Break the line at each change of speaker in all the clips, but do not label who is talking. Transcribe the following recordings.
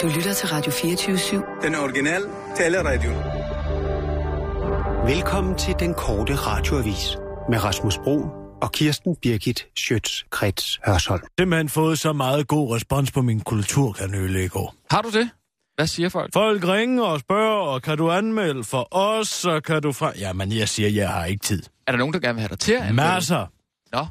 Du lytter til Radio 24-7.
Den originale taleradio.
Velkommen til den korte radioavis med Rasmus Bro og Kirsten Birgit Schøtz-Krets Hørsholm.
Simpelthen fået så meget god respons på min kulturkanøle i går.
Har du det? Hvad siger folk?
Folk ringer og spørger, og kan du anmelde for os, så kan du fra... Jamen, jeg siger, jeg har ikke tid.
Er der nogen, der gerne vil have dig til? at anmelde?
Masser.
Nå.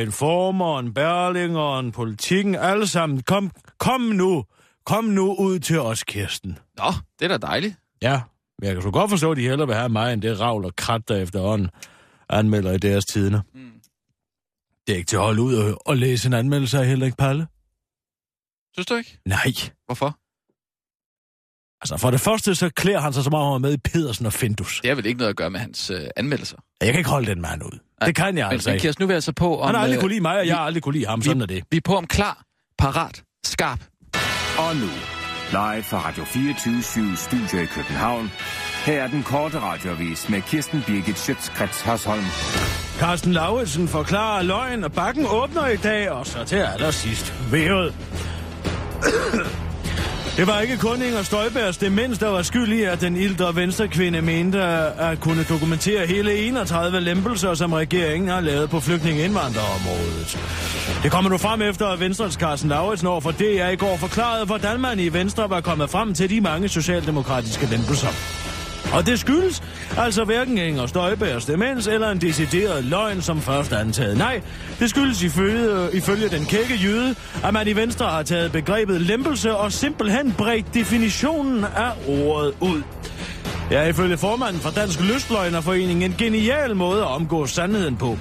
En former, en berlinger, en politikken, alle sammen. Kom, kom nu. Kom nu ud til os, Kirsten.
Nå, det er da dejligt.
Ja, men jeg kan så godt forstå, at de hellere vil have mig, end det ravl og krat, der efterhånden anmelder i deres tider. Mm. Det er ikke til at holde ud og, og læse en anmeldelse af Henrik Palle.
Synes du ikke?
Nej.
Hvorfor?
Altså, for det første, så klæder han sig så meget, han er med i Pedersen og Findus.
Det har vel ikke noget at gøre med hans øh, anmeldelser.
Jeg kan ikke holde den mand ud. Det kan jeg
Men,
altså
men
ikke.
Kirsten, nu vil jeg altså på om...
Han har aldrig
øh,
kunne lide mig, og jeg har aldrig kunne lide ham. Sådan er det.
Vi er på om klar, parat, skarp.
Og nu, live fra Radio 24 Studio i København. Her er den korte radiovis med Kirsten Birgit Schøtzgrads Hasholm.
Carsten Lauritsen forklarer løgn, og bakken åbner i dag, og så til allersidst vævet. Det var ikke kun Inger Støjbergs demens, der var skyld i, at den ældre venstrekvinde mente at kunne dokumentere hele 31 lempelser, som regeringen har lavet på flygtningeindvandrerområdet. Det kommer nu frem efter, at Venstres Carsten Lauritsen over for DR i går forklarede, hvordan man i Venstre var kommet frem til de mange socialdemokratiske lempelser. Og det skyldes altså hverken Inger Støjbergs demens eller en decideret løgn som først antaget. Nej, det skyldes ifølge, ifølge den kække jøde, at man i Venstre har taget begrebet lempelse og simpelthen bredt definitionen af ordet ud. Det er ifølge formanden for Dansk Lystløgnerforening en genial måde at omgå sandheden på.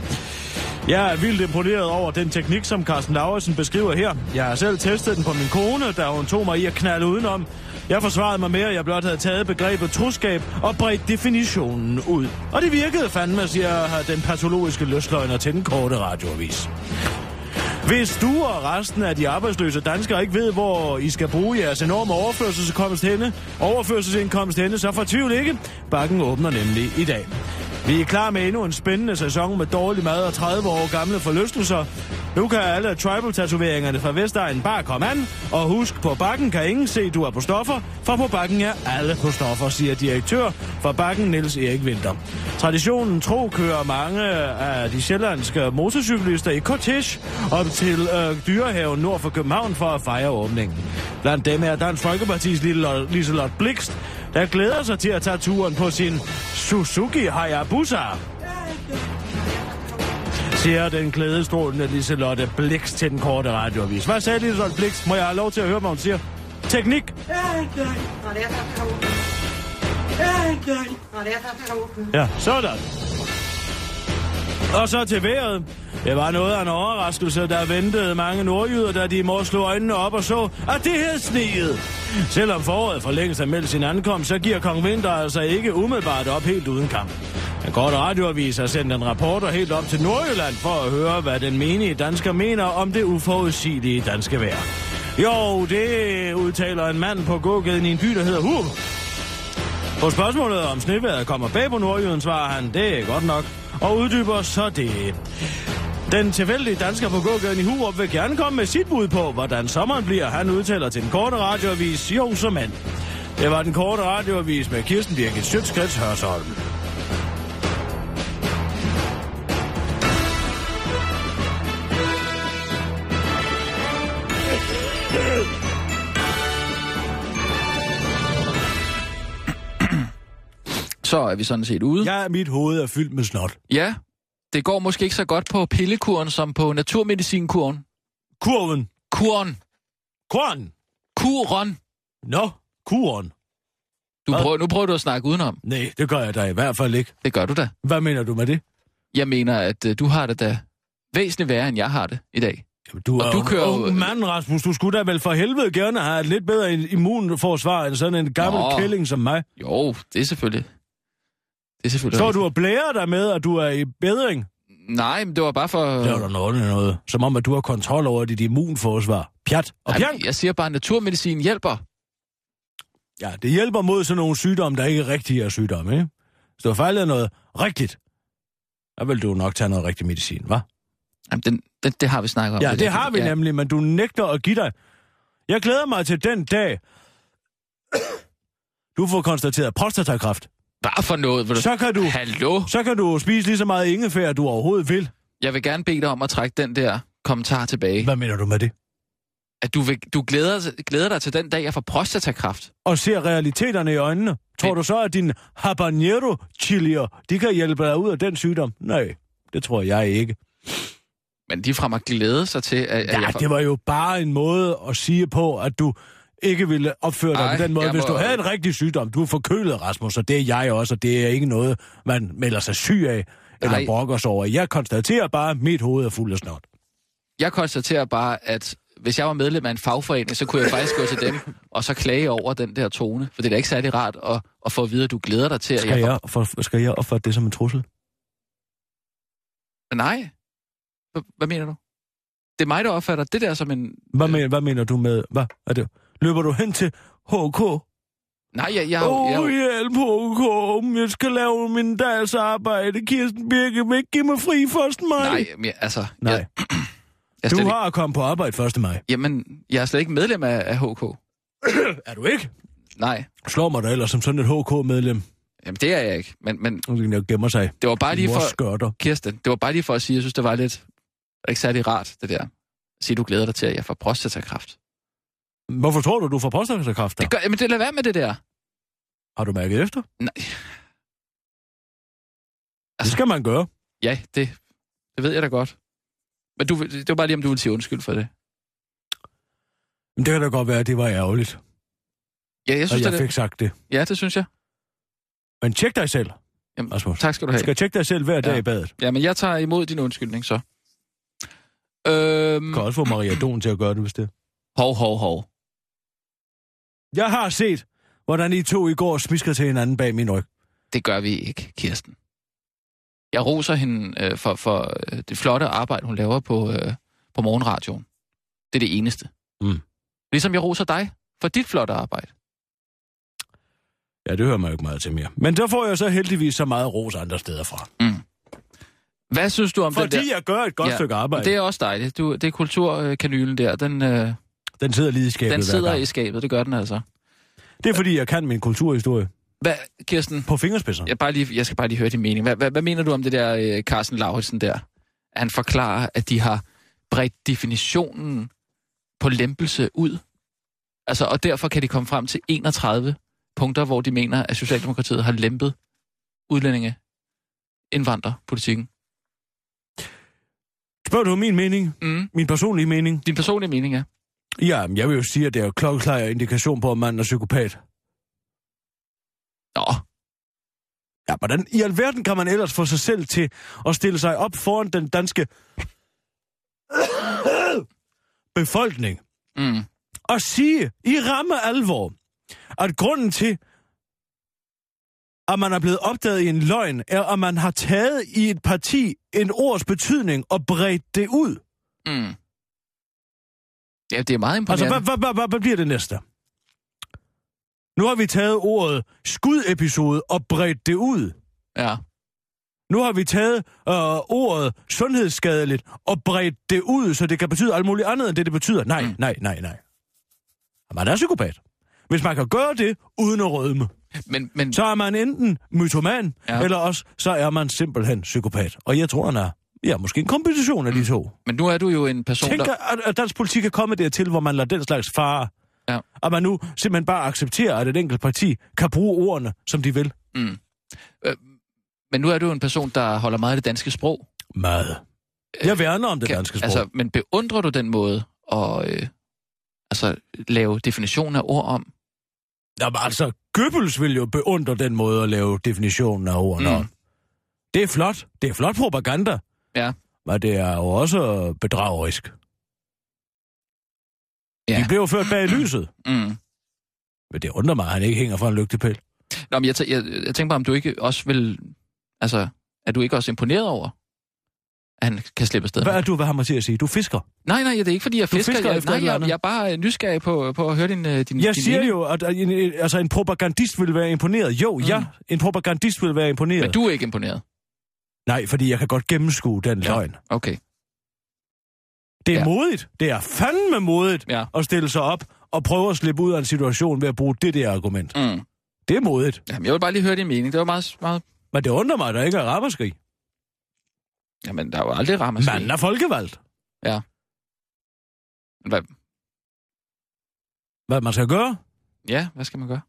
Jeg er vildt imponeret over den teknik, som Carsten Lauritsen beskriver her. Jeg har selv testet den på min kone, da hun tog mig i at knalde udenom. Jeg forsvarede mig med, at jeg blot havde taget begrebet troskab og bredt definitionen ud. Og det virkede fandme, siger den patologiske løsløgner til den korte radioavis. Hvis du og resten af de arbejdsløse danskere ikke ved, hvor I skal bruge jeres enorme overførselsindkomst henne, overførselsindkomst henne, så fortvivl ikke. Bakken åbner nemlig i dag. Vi er klar med endnu en spændende sæson med dårlig mad og 30 år gamle forlystelser. Nu kan alle tribal-tatoveringerne fra Vestegnen bare komme an. Og husk, på bakken kan ingen se, du er på stoffer, for på bakken er alle på stoffer, siger direktør for bakken Niels Erik Vinter. Traditionen tro kører mange af de sjællandske motorcyklister i kortege op til øh, dyrehaven nord for København for at fejre åbningen. Blandt dem er Dansk Folkeparti's lille Liselotte Blikst, der glæder sig til at tage turen på sin Suzuki Hayabusa siger den glædestrålende Liselotte Blix til den korte radioavis. Hvad sagde Liselotte Blix? Må jeg have lov til at høre, hvad hun siger? Teknik. Ja, sådan. Og så til vejret. Det var noget af en overraskelse, der ventede mange nordjyder, da de i morges slog øjnene op og så, at det hed sneet. Selvom foråret for længst har meldt sin ankomst, så giver Kong Vinter altså ikke umiddelbart op helt uden kamp. Den korte radioavis har sendt en rapporter helt op til Nordjylland for at høre, hvad den menige dansker mener om det uforudsigelige danske vejr. Jo, det udtaler en mand på gågaden i en by, der hedder Hub. På spørgsmålet om snevejret kommer bag på Nordjyden, svarer han, det er godt nok, og uddyber så det. Den tilfældige dansker på gågaden i Hurup vil gerne komme med sit bud på, hvordan sommeren bliver. Han udtaler til den korte radioavis, jo som mand. Det var den korte radioavis med Kirsten Birgit Sjøtskrets Hørsholm.
Så er vi sådan set ude.
Ja, mit hoved er fyldt med snot.
ja. Det går måske ikke så godt på pillekuren som på naturmedicinkuren.
Kurven.
Kuren.
Korn.
Kuren.
Nå, kuren.
Du
Hvad?
prøver, nu prøver du at snakke udenom.
Nej, det gør jeg da i hvert fald ikke.
Det gør du da.
Hvad mener du med det?
Jeg mener, at øh, du har det da væsentligt værre, end jeg har det i dag.
Jamen, du
Og
er
du
jo en
kører jo-
ung mand, Rasmus. Du skulle da vel for helvede gerne have et lidt bedre immunforsvar end sådan en gammel
Nå.
kælling som mig.
Jo, det er selvfølgelig... Det er selvfølgelig...
Står du og blærer dig med, at du er i bedring?
Nej, men det var bare for...
Det er jo da noget, noget. Som om, at du har kontrol over dit immunforsvar. Pjat og
Jamen,
pjank.
jeg siger bare, at naturmedicin hjælper.
Ja, det hjælper mod sådan nogle sygdomme, der ikke rigtig er sygdomme, ikke? Hvis du har fejlet noget rigtigt, så vil du nok tage noget rigtig medicin, hva'?
Jamen, den, den, det har vi snakket om.
Ja, det
der.
har vi
Ja.
nemlig, men du nægter at give dig. Jeg glæder mig til den dag, Du får konstateret prostatakræft.
Bare for noget, vil du...
Så kan du,
Hallo?
så kan du spise lige så meget ingefær, du overhovedet vil.
Jeg vil gerne bede dig om at trække den der kommentar tilbage.
Hvad mener du med det?
At du, vil, du glæder, glæder dig til den dag, jeg får prostatakræft.
Og ser realiteterne i øjnene. Tror
Men-
du så, at dine habanero chilier, de kan hjælpe dig ud af den sygdom? Nej, det tror jeg ikke.
Men de fra mig glæder sig til, at, at
Ja,
jeg får...
det var jo bare en måde at sige på, at du ikke ville opføre dig
Ej,
på den måde.
jeg
Hvis
må-
du havde en rigtig sygdom, du er forkølet, Rasmus, og det er jeg også, og det er ikke noget, man melder sig syg af eller
Nej.
brokker sig over. Jeg konstaterer bare, at mit hoved er fuld af snot.
Jeg konstaterer bare, at hvis jeg var medlem af en fagforening, så kunne jeg faktisk gå til dem og så klage over den der tone. For det er da ikke særlig rart at, at få at vide, at du glæder dig til, at
Skal
jeg
jeg, for, skal jeg opfatte det som en trussel?
får... Nej. Hva- Hvad mener du? Det er mig, der opfatter det der som en...
Hvad, men, hvad mener du med, hvad er det? Løber du hen til HK?
Nej, jeg... jeg,
Åh,
jeg,
oh, hjælp HK, jeg skal lave min dags arbejde. Kirsten Birke, vil ikke give mig fri 1. maj.
nej, men jeg, altså...
Nej.
Jeg, altså, jeg, er slet
Du
ikke,
har kommet på arbejde 1. maj.
jamen, jeg er slet ikke medlem af, af HK.
Er du ikke?
Nej,
Slår mig da ellers som sådan et HK-medlem.
jamen, det er jeg ikke. Men, men
Nu kan jeg gemme sig.
det var bare lige
Mors
for...
skørter.
Kirsten, det var bare lige for at sige, at jeg synes, det var lidt... Ikke særlig rart, det der. At sige, du glæder dig til, at jeg får prostatakræft.
Hvorfor tror du, du får påstandskræfter?
Det gør... Jamen, det lad være med det der.
Har du mærket efter?
Nej.
Det skal man gøre.
Ja, det, det ved jeg da godt. Men du, vil- det var bare lige, om du ville sige undskyld for det.
Men det kan da godt være, at det var ærgerligt,
Ja, jeg
og
synes,
jeg
det,
fik sagt det.
ja, det synes jeg.
Men tjek dig selv,
Jamen,
Rasmus.
tak skal du
Du
have.
skal tjekke dig selv hver dag
Ja.
i badet.
Jamen, jeg tager imod din undskyldning, så. Øhm,
Du Mm. kan også få Maria Don til at gøre det, hvis det er.
hov, hov, hov.
Jeg har set, hvordan I to i går smisker til hinanden bag min ryg.
Det gør vi ikke, Kirsten. Jeg roser hende øh, for, for øh, det flotte arbejde, hun laver på, øh, på morgenradioen. Det er det eneste.
Mm.
Ligesom jeg roser dig for dit flotte arbejde.
Ja, det hører man jo ikke meget til mere. Men der får jeg så heldigvis så meget ros andre steder fra.
Hvad synes du om den der?
Fordi jeg gør et godt
Ja,
stykke arbejde.
Det er også dejligt. Du, det er kulturkanylen der. Den, øh,
Den sidder lige i skabet
den
hver
sidder
gang.
i skabet, det gør den altså.
Det er fordi, jeg kan min kulturhistorie
Hvad, Kirsten,
på fingerspidserne.
jeg, bare lige, jeg skal bare lige høre din mening. Hvad, hvad, hvad mener du om det der øh, Carsten Lauritsen der? At Han forklarer, at de har bredt definitionen på lempelse ud. Altså, og derfor kan de komme frem til 31 punkter, hvor de mener, at Socialdemokratiet har lempet udlændinge indvandrerpolitikken.
Spørger du om min mening?
Mm.
Min personlige mening?
Din personlige mening er?
Ja, men jeg vil jo sige, at det er jo klokkeklar indikation på, om manden er psykopat.
Nå,
Ja, hvordan i alverden kan man ellers få sig selv til at stille sig op foran den danske befolkning
mm.
og sige i ramme alvor, at grunden til, at man er blevet opdaget i en løgn, er, at man har taget i et parti en ords betydning og bredt det ud.
Mm. Ja, det er meget imponerende.
Altså, hvad, hvad, hvad, hvad, hvad bliver det næste? Nu har vi taget ordet skudepisode og bredt det ud.
Ja.
Nu har vi taget øh, ordet sundhedsskadeligt og bredt det ud, så det kan betyde alt muligt andet end det, det betyder. Nej, mm. nej, nej, nej. Man er psykopat. Hvis man kan gøre det uden at rødme,
Men, men
så er man enten mytoman,
Ja.
ja. eller også så er man simpelthen psykopat. Og jeg tror, han er ja, måske en kombination af de to.
Men nu er du jo en person,
Tænk,
Mm. der...
at, at dansk politik er kommet dertil, hvor man lader den slags fare.
Ja.
At man nu simpelthen bare accepterer, at et enkelt parti kan bruge ordene, som de vil.
Men nu er du jo en person, der holder meget af det danske sprog.
Meget. Jeg værner om det
Øh, Kan-
danske sprog.
Altså, men beundrer du den måde at øh, altså, lave definitionen af ord om?
Jamen altså, Goebbels vil jo beundre den måde at lave definitionen af ordene
Mm.
om. Det er flot. Det er flot propaganda.
Ja.
Men det er jo også bedragerisk.
Ja.
De blev jo ført bag lyset.
Mm.
Men det undrer mig, at han ikke hænger fra en lygtepæl.
Nå, men jeg, tæ- jeg, jeg tænker bare, om du ikke også vil... Altså, er du ikke også imponeret over, at han kan slippe afsted?
Hvad
med
er
det?
du ved ham til at sige? Du fisker.
Nej, nej, det er ikke, fordi jeg
Du
fisker.
fisker
jeg,
efter et
nej,
eller
jeg,
andet?
jeg er bare øh, nysgerrig på, på at høre din, øh, din,
Jeg
din
siger
mening.
jo, at at en, altså, en propagandist ville være imponeret. Jo, mm. ja, en propagandist ville være imponeret.
Men du er ikke imponeret.
Nej, fordi jeg kan godt gennemskue den ja. løgn.
Okay.
Det er
Ja.
ja. modigt. Det er fandme modigt
Ja.
at stille sig op og prøver at slippe ud af en situation ved at bruge det der argument.
Mm.
Det er modigt.
Jamen, jeg vil bare lige høre din mening. Det var meget... meget...
Men det undrer mig, at der ikke er raberskrig.
Jamen, der er jo aldrig rammer
Manden er folkevalgt.
Hvad...
Hvad man skal gøre?
Ja, hvad skal man gøre?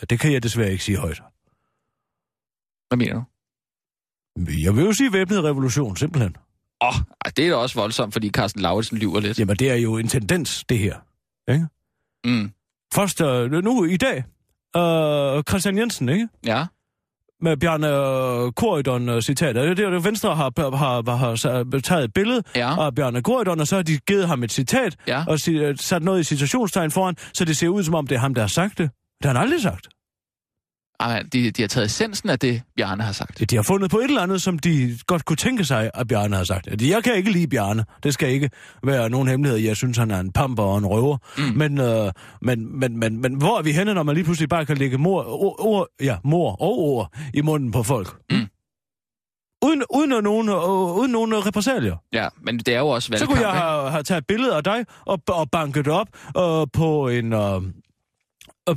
Ja, det kan jeg desværre ikke sige højt.
Hvad mener du?
Jeg vil jo sige væbnet revolution, simpelthen.
Åh, oh, det er da også voldsomt, fordi Carsten Lauritsen lyver lidt.
Jamen, det er jo en tendens, det her.
Mm.
Først øh, nu i dag, øh, Christian Jensen, ikke?
Ja.
Med Bjarne øh, Korydon øh, citatet. Det er det, Venstre har, har, har, har taget et billede
Ja.
af Bjarne Korydon, og så har de givet ham et citat,
Ja.
og si- øh, sat noget i citationstegn foran, så det ser ud, som om det er ham, der har sagt det. Det har han aldrig sagt.
Ej, de, de har taget essensen af det, Bjarne har sagt.
De har fundet på et eller andet, som de godt kunne tænke sig, at Bjarne har sagt. Altså, Jeg kan ikke lide Bjarne. Det skal ikke være nogen hemmelighed. Jeg synes, han er en pamper og en røver. Mm. Men, øh, men, men, men, men hvor er vi henne, når man lige pludselig bare kan lægge mor, ord, ord, ja, mor og ord i munden på folk?
Mm.
Uden, uden, at nogen, øh, uden nogen øh, repressalier.
Ja, men det er jo også
Så
valgkamp,
kunne jeg
ikke?
have, have taget billeder af dig og, og banket op øh, på en... Øh,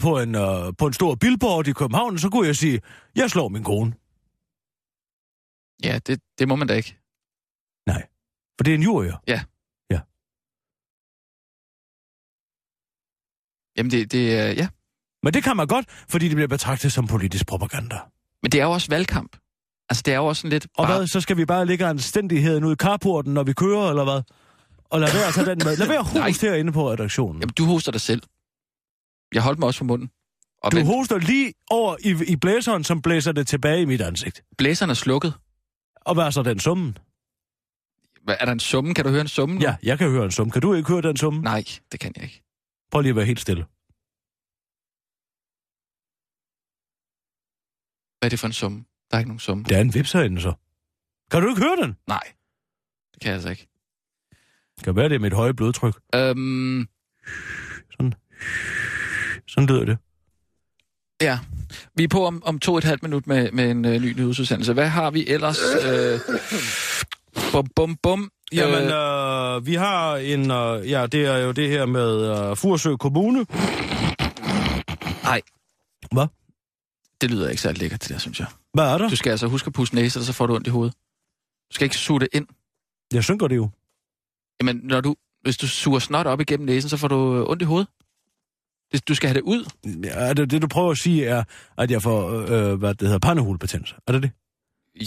på en, øh, på en stor billboard i København, så kunne jeg sige, jeg slår min kone.
Ja, det, det må man da ikke.
For det er en jury.
Jamen, det, det, øh, ja.
Men det kan man godt, fordi det bliver betragtet som politisk propaganda.
Men det er jo også valgkamp. Altså, det er jo også sådan lidt...
Og
bare-
hvad, så skal vi bare lægge anstændigheden ud i carporten, når vi kører, eller hvad? Og lad være at tage den med. Lad være
Nej.
host herinde på redaktionen.
Jamen, du hoster dig selv. Jeg holdt mig også på munden. Og
Du
du
hoster lige over i, i blæseren, som blæser det tilbage i mit ansigt.
blæseren er slukket.
Og hvad er så den summen?
Hvad, er der en summe? Kan du høre en summe? nu?
Ja, jeg kan høre en sum. Kan du ikke høre den sum?
Mm. Nej, det kan jeg ikke.
Prøv lige at være helt stille.
Hvad er det for en summe? Der er ikke nogen summe.
Der er en vips herinde, så. Kan du ikke høre den?
Nej, det kan jeg altså ikke.
Kan være det er mit høje blodtryk.
Øhm,
Sådan lyder det.
ja, vi er på om, om to og et halvt minut med, med en øh, ny nyhedsudsendelse. Hvad har vi ellers? Øh, bum, bum, bum.
Jamen,
øh,
øh, vi har en... Øh, ja, det er jo det her med øh, Fursø Kommune.
det lyder ikke særlig lækkert, det der, synes jeg.
Hvad er der?
Du skal altså huske at puste næse, eller så får du ondt i hovedet. Du skal ikke suge det ind.
Jeg synker det jo.
Jamen, når du, hvis du suger snot op igennem næsen, så får du øh, ondt i hovedet. Det- Du skal have det ud.
Er det, det du prøver at sige er, at jeg får, øh, hvad det hedder, pandehulebetændelse? Er det det?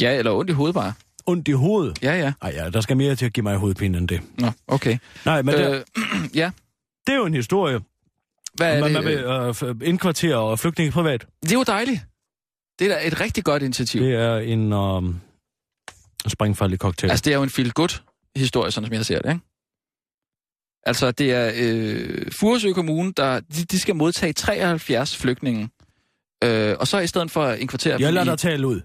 Ja, eller ondt i hovedet bare.
Ondt i hovedet?
Ja, ja.
Ej, ja, der skal mere til at give mig hovedpine end det.
Nå, okay.
Nej, men øh, det,
øh, ja,
det er jo en historie.
hvad er
Man, man
det?
vil øh, f- indkvartere og flygtninge privat.
det er jo dejligt. Det er da et rigtig godt initiativ.
Det er en øh, springfarlig cocktail.
Altså, det er jo en feel-good-historie, sådan som jeg ser det, ikke? Altså, det er øh, Furesø Kommune, der de, de skal modtage 73 flygtninge. Øh, og så i stedet for at inkvartere
jeg
dem
lader
i...
dig tale ud.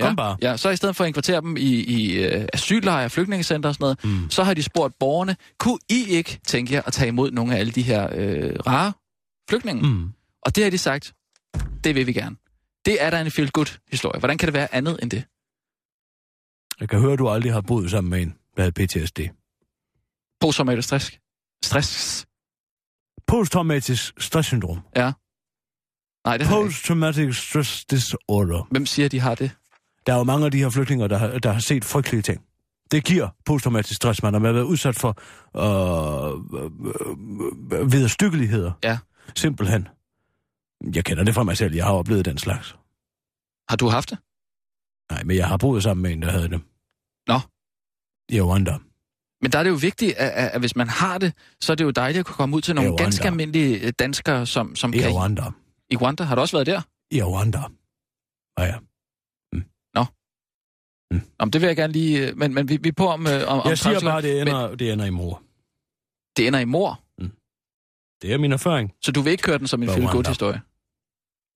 Kom
ja,
bare.
Ja, så i stedet for at inkvartere dem i, i øh, asyllejre, flygtningecenter og sådan noget,
Mm.
så har de spurgt borgerne, kunne I ikke tænke jer at tage imod nogle af alle de her øh, rare flygtninge? Mm.
Mm.
Og det har de sagt, det vil vi gerne. Det er da en feel-good-historie. Hvordan kan det være andet end det?
Jeg kan høre, at du aldrig har boet sammen med en, der havde PTSD.
Posttraumatisk stress. Stress.
Posttraumatisk stresssyndrom.
Nej, det har jeg ikke.
Posttraumatic stress disorder.
Hvem siger, de har det?
Der er jo mange af de her flygtninger, der har, der har set frygtelige ting. Det giver posttraumatisk stress, man har været udsat for øh, øh, øh, vederstykkeligheder.
Ja.
Simpelthen. Jeg kender det fra mig selv, jeg har oplevet den slags.
Har du haft det?
Nej, men jeg har boet sammen med en, der havde det.
Nå.
I Rwanda.
Men der er det jo vigtigt, at, at, at hvis man har det, så er det jo dejligt at kunne komme ud til nogle
Rwanda.
ganske almindelige øh, danskere, som, som
I
kan...
Rwanda.
I Rwanda. Har du også været der?
I Rwanda. Ja, ja.
Nå, men det vil jeg gerne lige... øh, Men, men vi, vi er på om... øh, om om
Jeg siger
30
bare, det
men
ender, det ender i mor.
det ender i mor,
Det er min erfaring.
så du vil ikke køre den som en
Hvor
feel
Rwanda?
historie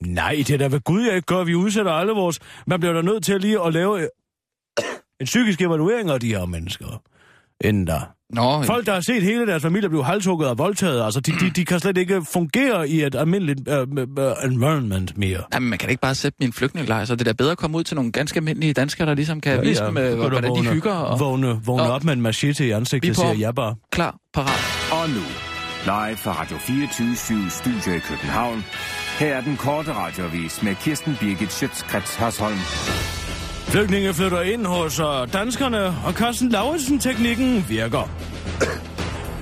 Nej, det er da ved Gud, jeg ikke gør. Vi udsætter alle vores... Man bliver da nødt til lige at lave øh, en psykisk evaluering af de her mennesker. inden der.
Nå, øh,
Folk, der har set hele deres familie blive halshugget og voldtaget, altså, de, de, de kan slet ikke fungere i et almindeligt uh, environment mere.
Jamen, man kan da ikke bare sætte min flygtningelejr, så det er da bedre at komme ud til nogle ganske almindelige danskere, der ligesom kan ja, vise dem, øh,
Gå da
hvordan de
vågne-
hygger og
Vågne, vågne
Nå.
op med en machete i
Vi
ansigtet,
på.
siger jeg bare.
klar, parat.
Og nu, live fra Radio 24 Studio i København. Her er den korte radiovis med Kirsten Birgit Schøtzgrads Hasholm.
Flygtninge flytter ind hos øh, danskerne, og Carsten Lauritsen-teknikken virker.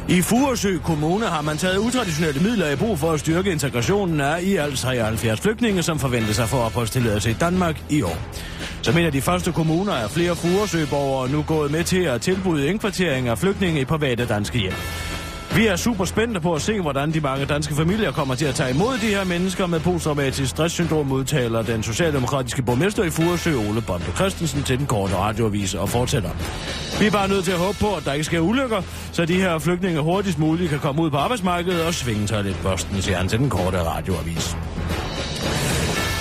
I Furesø Kommune har man taget utraditionelle midler i brug for at styrke integrationen af i alt 73 flygtninge, som forventes at få opholdstilladelse i Danmark i år. Som en af de første kommuner er flere Furesø-borgere nu gået med til at tilbyde indkvartering af flygtninge i private danske hjem. Vi er super spændte på at se, hvordan de mange danske familier kommer til at tage imod de her mennesker med posttraumatisk stresssyndrom, udtaler den socialdemokratiske borgmester i Furesø, Ole Bonde Christensen, til den korte radioavis og fortsætter. Vi er bare nødt til at håbe på, at der ikke sker ulykker, så de her flygtninge hurtigst muligt kan komme ud på arbejdsmarkedet og svinge sig lidt børsten, siger han til den korte radioavis.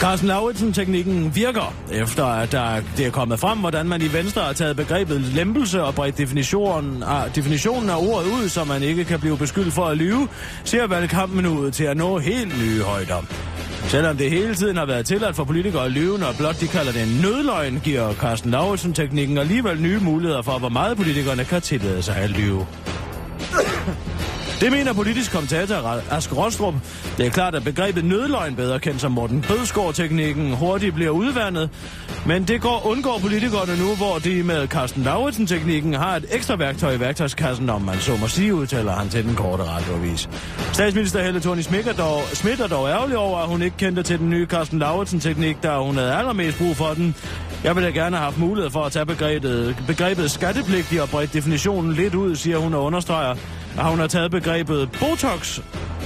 Carsten Lauritsen-teknikken virker, efter at der, det er kommet frem, hvordan man i Venstre har taget begrebet lempelse og bredt definitionen af, definitionen af ordet ud, så man ikke kan blive beskyldt for at lyve, ser valgkampen ud til at nå helt nye højder. Selvom det hele tiden har været tilladt for politikere at lyve, når blot de kalder det en nødløgn, giver Carsten Lauritsen-teknikken alligevel nye muligheder for, hvor meget politikerne kan tillade sig at lyve. Det mener politisk kommentator Ra- Ask Rostrup. Det er klart, at begrebet nødløgn, bedre kendt som Morten Bødskov-teknikken, hurtigt bliver udvandet. Men det går, undgår politikerne nu, hvor de med Carsten Lauritsen-teknikken har et ekstra værktøj i værktøjskassen, om man så må sige, udtaler han til den korte radioavis. Statsminister Helle Thorning Schmidt er dog, Schmidt er dog ærgerlig over, at hun ikke kendte til den nye Carsten Lauritsen-teknik, da hun havde allermest brug for den. Jeg ville gerne have haft mulighed for at tage begrebet, begrebet skattepligtig og bredt definitionen lidt ud, siger hun og understreger, at hun har taget begrebet Botox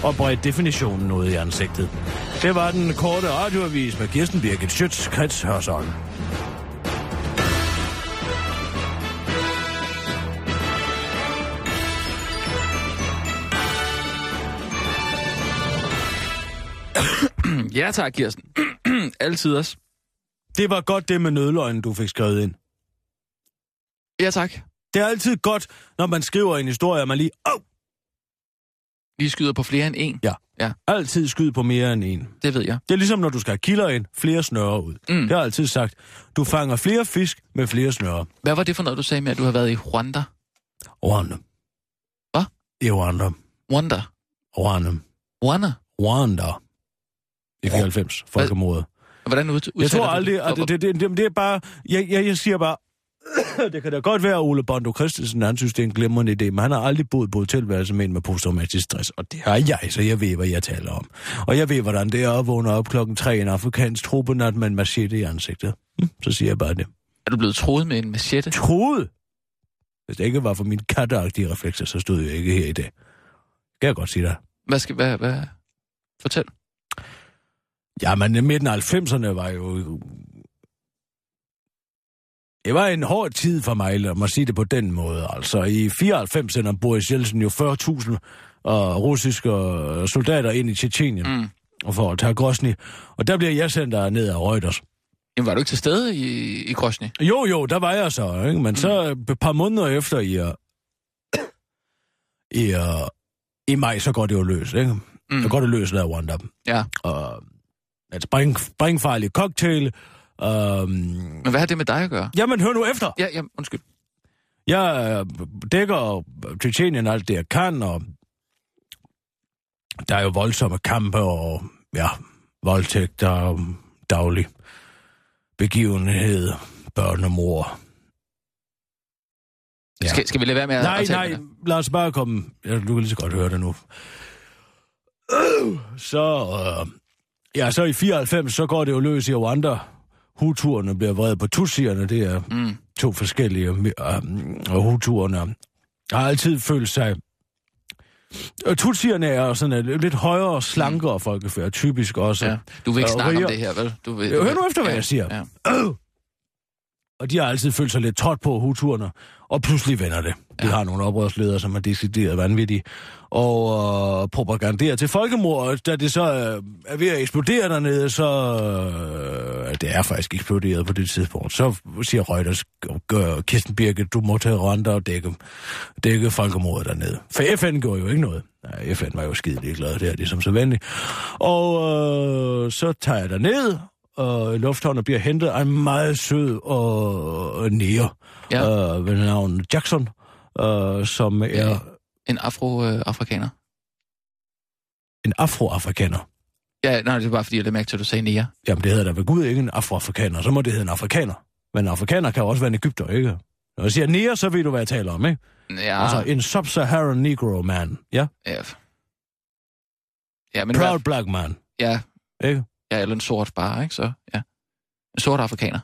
og bredt definitionen ud i ansigtet. Det var den korte radioavis med Kirsten Birgit Schütz, Krets Hørsholm.
Ja tak, Kirsten. Altid os.
Det var godt det med nødløgnen, du fik skrevet ind.
Ja tak.
Det er altid godt, når man skriver en historie, at man lige oh!
Vi skyder på flere end en.
altid skyde på mere end en.
Det ved jeg.
Det er ligesom, når du skal have kilder ind, flere snøre ud. Mm. Det har jeg altid sagt. Du fanger flere fisk med flere snøre.
Hvad var det for noget, du sagde med, at du har været i Rwanda?
Rwanda.
Hvad?
I Rwanda.
Rwanda?
Rwanda.
Rwanda?
Rwanda. I 94. Folkemordet.
Hvordan ud,
Jeg tror
udtaler du
aldrig, at det, det, det, det, det er bare... Jeg, jeg, jeg siger bare... det kan da godt være, at Ole Bondo Christensen, han synes, det er en glimrende idé, men han har aldrig boet på hotelværelse med en med posttraumatisk stress, og det har jeg, så jeg ved, hvad jeg taler om. Og jeg ved, hvordan det er at vågne op klokken tre i en afrikansk tropenat med en machete i ansigtet. Hm, så siger jeg bare det.
Er du blevet troet med en machete?
Troede! Hvis det ikke var for mine katteagtige reflekser, så stod jeg ikke her i dag. Kan jeg godt sige dig.
Hvad skal... Hvad, hvad? Fortæl.
Jamen, midten af 90'erne var jo... Det var en hård tid for mig, lad mig sige det på den måde. Altså, i 94 sender Boris Jeltsin jo 40.000 og russiske øh, soldater ind i Tjetjenien
Mm.
mm. for at tage Grosny. Og der bliver jeg sendt øh, ned af Reuters.
Jamen, var du ikke til stede i, i Grosny?
Jo, jo, der var jeg så, ikke? Men mm. så et par måneder efter i, øh, i, øh, i maj, så går det jo løs, ikke? Mm. Så går det løs, der er One
Ja.
og en spring, springfarlig cocktail. Øhm,
Men hvad har det med dig at gøre?
jamen, hør nu efter.
Ja, ja, undskyld.
Jeg øh, dækker Tjetjenien alt det, jeg kan, og der er jo voldsomme kampe og ja, voldtægter og daglig begivenhed, børnemor. Ja.
Skal, skal vi lade være med at
Nej,
at tale
nej,
om det?
lad os bare komme. Ja, du kan lige så godt høre det nu. Øh, Så, øh, ja, så i 94, så går det jo løs i Rwanda. Hutuerne bliver vredet på Tutsierne, det er
Mm.
to forskellige, øh, og Hutuerne har altid følt sig... Og Tutsierne er jo sådan et lidt højere og slankere folkefærd, typisk også.
Mm. Ja. Du vil ikke
Øh,
snakke om
riger-
det her, vel? Du vil,
Jo,
du
hør
vil-
nu efter, hvad
ja,
jeg siger.
Ja.
Og de har altid følt sig lidt trådt på Hutuerne, og pludselig vender det. De har nogle oprørsledere, som er decideret vanvittige, og øh, propaganderer til folkemordet, da det så øh, er ved at eksplodere dernede, så... Øh, det er faktisk eksploderet på det tidspunkt. Så siger Reuters, gør Kirsten Birke, du må tage Rwanda og dække, dække folkemordet dernede. For FN gjorde jo ikke noget. Nej, FN var jo skide ligeglad der, ligesom så venligt. Og øh, så tager jeg derned, og i lufthavnen bliver hentet af en meget sød og nære
Ja.
øh, ved navn Jackson, øh, som er
Ja. En øh, afroafrikaner.
en afroafrikaner.
Ja, nej, det var bare fordi, jeg lagde mærke til, at du sagde nære.
Jamen, det hedder da ved Gud ikke en afroafrikaner, så må det hedde en afrikaner. Men en afrikaner kan jo også være en ægypter, ikke? Når jeg siger nære, så ved du, hvad jeg taler om, ikke?
Ja,
Ah. Altså, en sub-Saharan negro man, ja?
ja. ja men i
Proud
hvert
black man,
fald- ja,
ikke?
ja, eller en sort bare, ikke? Så, ja. En sort afrikaner.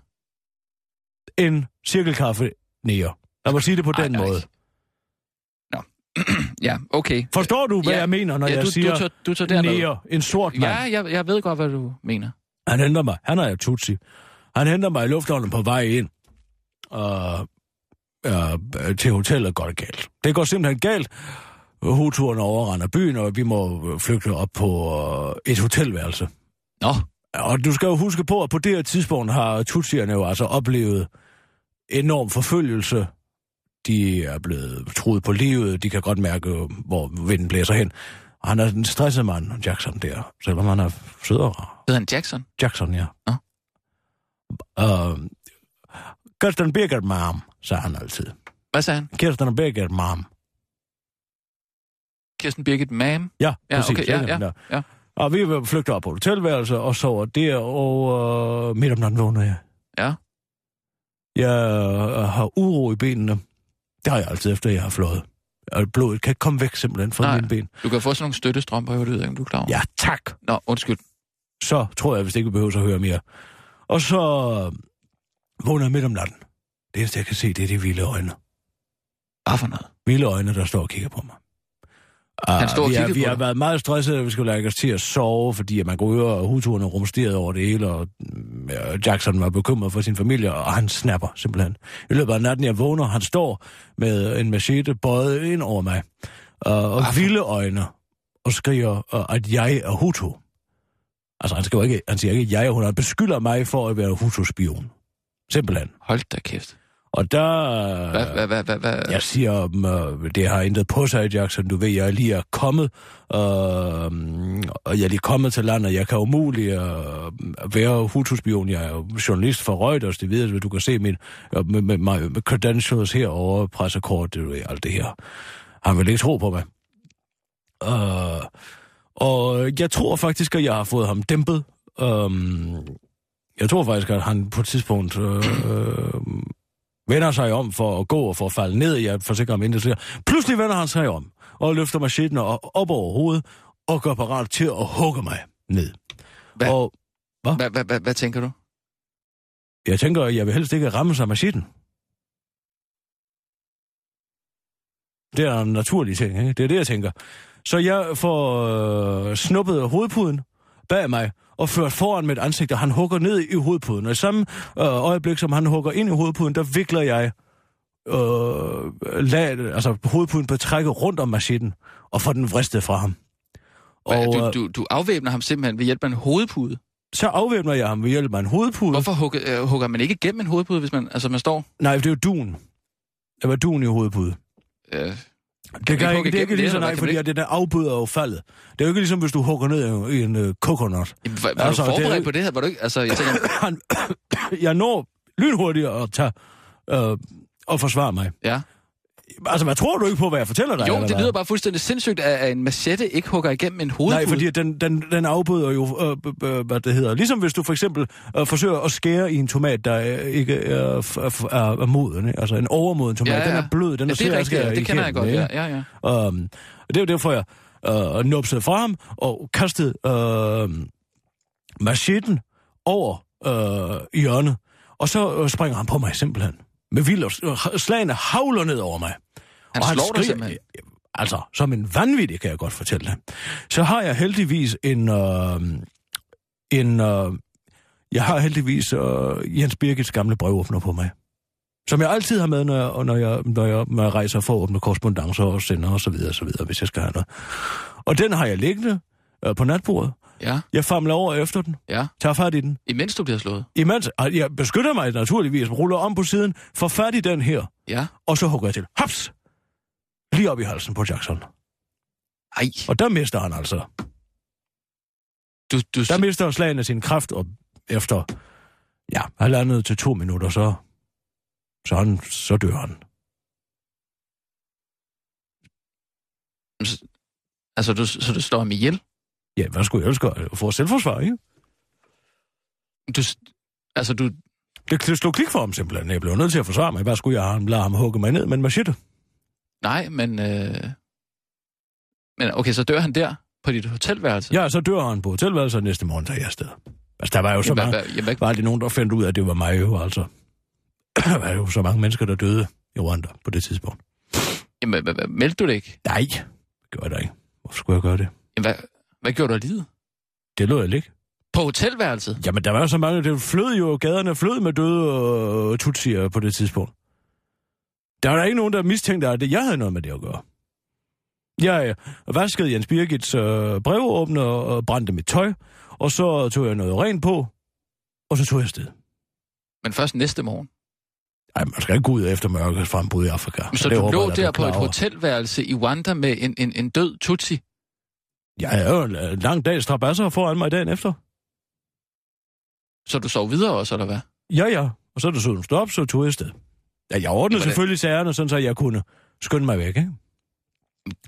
En cirkelkaffe nære. Lad mig sige det på
Ej,
den
nej.
måde.
Ja, okay.
Forstår du, hvad
Ja.
jeg mener, når
ja,
jeg
du,
siger
du, tager, du tager derned.
nære, en sort mand?
Ja, jeg, jeg ved godt, hvad du mener.
Han henter mig. Han er jo tutsi. Han henter mig i lufthavnen på vej ind og, øh, til hotellet går det galt. Det går simpelthen galt. Huturen overrender byen, og vi må øh, flygte op på øh, et hotelværelse.
Nå,
Og du skal jo huske på, at på det her tidspunkt har tutsierne jo altså oplevet enorm forfølgelse. De er blevet truet på livet, de kan godt mærke, hvor vinden blæser hen. Og han er en stresset mand, Jackson der, selvom han er sød og rar.
hedder han Jackson?
Jackson, ja.
Nå.
Uh, Kirsten Birgit, mom, sagde han altid.
Hvad sagde han?
Kirsten Birgit, mom.
Kirsten Birgit Mam?
Ja,
Ja,
præcis.
okay, ja,
ikke?
ja, ja.
Og vi flygter op på hotelværelset og sover der, og uh, midt om natten vågner jeg.
Ja.
Jeg øh, har uro i benene. Det har jeg altid, efter jeg har flået. Og blodet kan ikke komme væk simpelthen fra
Nej.
mine ben.
Du kan få sådan nogle støttestrømper, jo, det ved jeg ikke, om du er klar over.
Ja, tak.
Nå, undskyld.
så tror jeg, hvis ikke vi behøver at høre mere. Og så øh, vågner jeg midt om natten. Det eneste, jeg kan se, det er de vilde øjne.
Hvad for noget?
Vilde øjne, der står og kigger på mig. Ah,
Han står og
vi, er,
kigger
vi
på
har
dig?
været meget stressede, at vi skulle lægge os til at sove, fordi at man kunne høre, at huturen rumsterede over det hele, og mm, ja, Jackson var bekymret for sin familie, og han snapper simpelthen. I løbet af natten, jeg vågner, han står med en machete bøjet ind over mig, og,
Ah.
og vilde øjne, og skriger, øh, at jeg er hutu. Altså, han, skriver ikke, han siger ikke, at jeg er hutu, han beskylder mig for at være hutu-spion. Simpelthen.
Hold da kæft.
Og der...
Hvad,
Øh,
hvad, hvad, hvad, hvad?
Jeg siger, um, øh, det har intet på sig, Jackson. Du ved, jeg lige er kommet, øh, og jeg er lige kommet til landet. Jeg kan umuligt øh, være hutuspion. Jeg er jo journalist for Reuters, det ved du. Du kan se min, øh, med, med, med, med credentials herovre, pressekort, det ved alt det her. Han vil ikke tro på mig. Øh, og jeg tror faktisk, at jeg har fået ham dæmpet. Øh, jeg tror faktisk, at han på et tidspunkt... Øh, øh, vender sig om for at gå og for at falde ned. Jeg forsikrer ham intet. siger. Pludselig vender han sig om og løfter macheten og op over hovedet og gør parat til at hugge mig ned.
Hvad?
Og
Hvad, hvad, hvad, hvad tænker du?
jeg tænker, at jeg vil helst ikke ramme sig af macheten. Det er en naturlig ting, ikke? Det er det, jeg tænker. Så jeg får øh, snuppet hovedpuden bag mig og ført foran mit ansigt, og han hugger ned i hovedpuden. Og i samme øh, øjeblik, som han hugger ind i hovedpuden, der vikler jeg øh, lag, altså hovedpuden på trækket rundt om macheten og får den vristet fra ham. Og
Hvad, du,
øh,
du, du afvæbner ham simpelthen ved hjælp af en hovedpude.
så afvæbner jeg ham ved hjælp af en hovedpude.
Hvorfor hugger, øh, hugger man ikke igennem en hovedpude, hvis man, altså man står...
Nej, det er jo duen. Det var duen i hovedpude.
Øh,
Det,
ikke
kan ikke,
hugge
det er ikke ligesom,
igennem det, eller hvad?
nej,
Kan
fordi
man
at det der afbøder jo faldet. Det er jo ikke ligesom, hvis du hugger ned i en øh, coconut.
jamen, var, var
Altså,
du
det er
forberedt
jo-
på det her? Var du ikke, altså, jeg tænker,
Han, jeg når lynhurtigt at tage øh, og forsvare mig.
ja.
Altså, hvad tror du ikke på, hvad jeg fortæller dig?
Jo,
eller
det
hvad?
lyder bare fuldstændig sindssygt, at, at en machette ikke hugger igennem en hovedpude.
Nej, fordi den, den, den afbøder jo, øh, b- b- hvad det hedder. Ligesom hvis du for eksempel øh, forsøger at skære i en tomat, der øh, ikke er, f- f- er, er moden. Ikke? Altså en overmoden tomat.
Ja, ja.
Den er blød, den
ja,
er
det
svær
er
at
rigtigt,
skære
ja. det kender jeg
igennem,
godt,
ikke?
ja. ja, ja.
Um, og det var derfor, jeg øh, nupsede fra ham og kastede øh, macheten over øh, hjørnet. Og så øh, springer han på mig simpelthen. Med vild og øh, slagene havler ned over mig.
Han
og
slår dig
skriger-
simpelthen.
Altså, som en vanvittig, kan jeg godt fortælle dig. Så har jeg heldigvis en... Øh, en øh, jeg har heldigvis øh, Jens Birgits gamle brevåbner på mig. Som jeg altid har med, når jeg, når jeg, når jeg, når jeg rejser for at åbne korrespondencer og sender osv., og så videre, og så videre, hvis jeg skal have noget. Og den har jeg liggende øh, på natbordet.
Ja,
Jeg famler over efter den,
ja.
tager fat i den.
Imens du bliver slået.
Imens, og jeg beskytter mig naturligvis, ruller om på siden, får fat i den her,
Ja.
og så hugger jeg til. Haps! Lige op i halsen på Jackson.
Ej,
Og der mister han altså.
du, du,
Der mister han slagene sin kraft, og efter ja, halvandet til to minutter, så, så, han, så dør han.
altså, du, så du slår ham ihjel.
Ja, hvad skulle jeg ellers gøre? Få selvforsvar, ikke?
Du, s- altså, du,
Det kl- slog klik for ham simpelthen. Jeg blev nødt til at forsvare mig. Hvad skulle jeg ham- lade ham hugge mig ned med en machete?
nej, men... Øh, men okay, så dør han der på dit hotelværelse.
Ja, så dør han på hotelværelset, og næste morgen tager jeg afsted. Altså, der var jo så
Jamen,
mange...
hvad, jamen, hvad,
Var det nogen, der fandt ud af, at det var mig jo, altså? der var jo så mange mennesker, der døde i Rwanda på det tidspunkt.
jamen, hvad, hvad, meldte du det ikke?
Nej, det gjorde jeg da ikke. Hvorfor skulle jeg gøre det?
Jamen, hvad, hvad gjorde du af livet?
Det lå jeg ligge.
På hotelværelset?
Jamen, der var jo så mange, det flød jo, gaderne flød med døde og tutsier på det tidspunkt. Der var der ikke nogen, der mistænkte, at jeg havde noget med det at gøre. Jeg øh, vaskede Jens Birgits øh, brevåbner og brændte mit tøj, og så tog jeg noget rent på, og så tog jeg afsted.
Men først næste morgen.
Ej, man skal ikke gå ud efter mørkets frembrud i Afrika.
Så
Det
du
håber
lå
jeg,
der
er
på
klar
et
over.
hotelværelse i Rwanda med en, en, en død tutsi.
Jeg havde jo en øh, lang dag strabasser foran mig dagen efter.
Så du sov videre også, eller hvad?
Ja, ja. Og så der sådan stop, så tog jeg afsted. Ja, jeg ordnede
Hvordan-
selvfølgelig sagerne, sådan så jeg kunne skynde mig væk, ikke?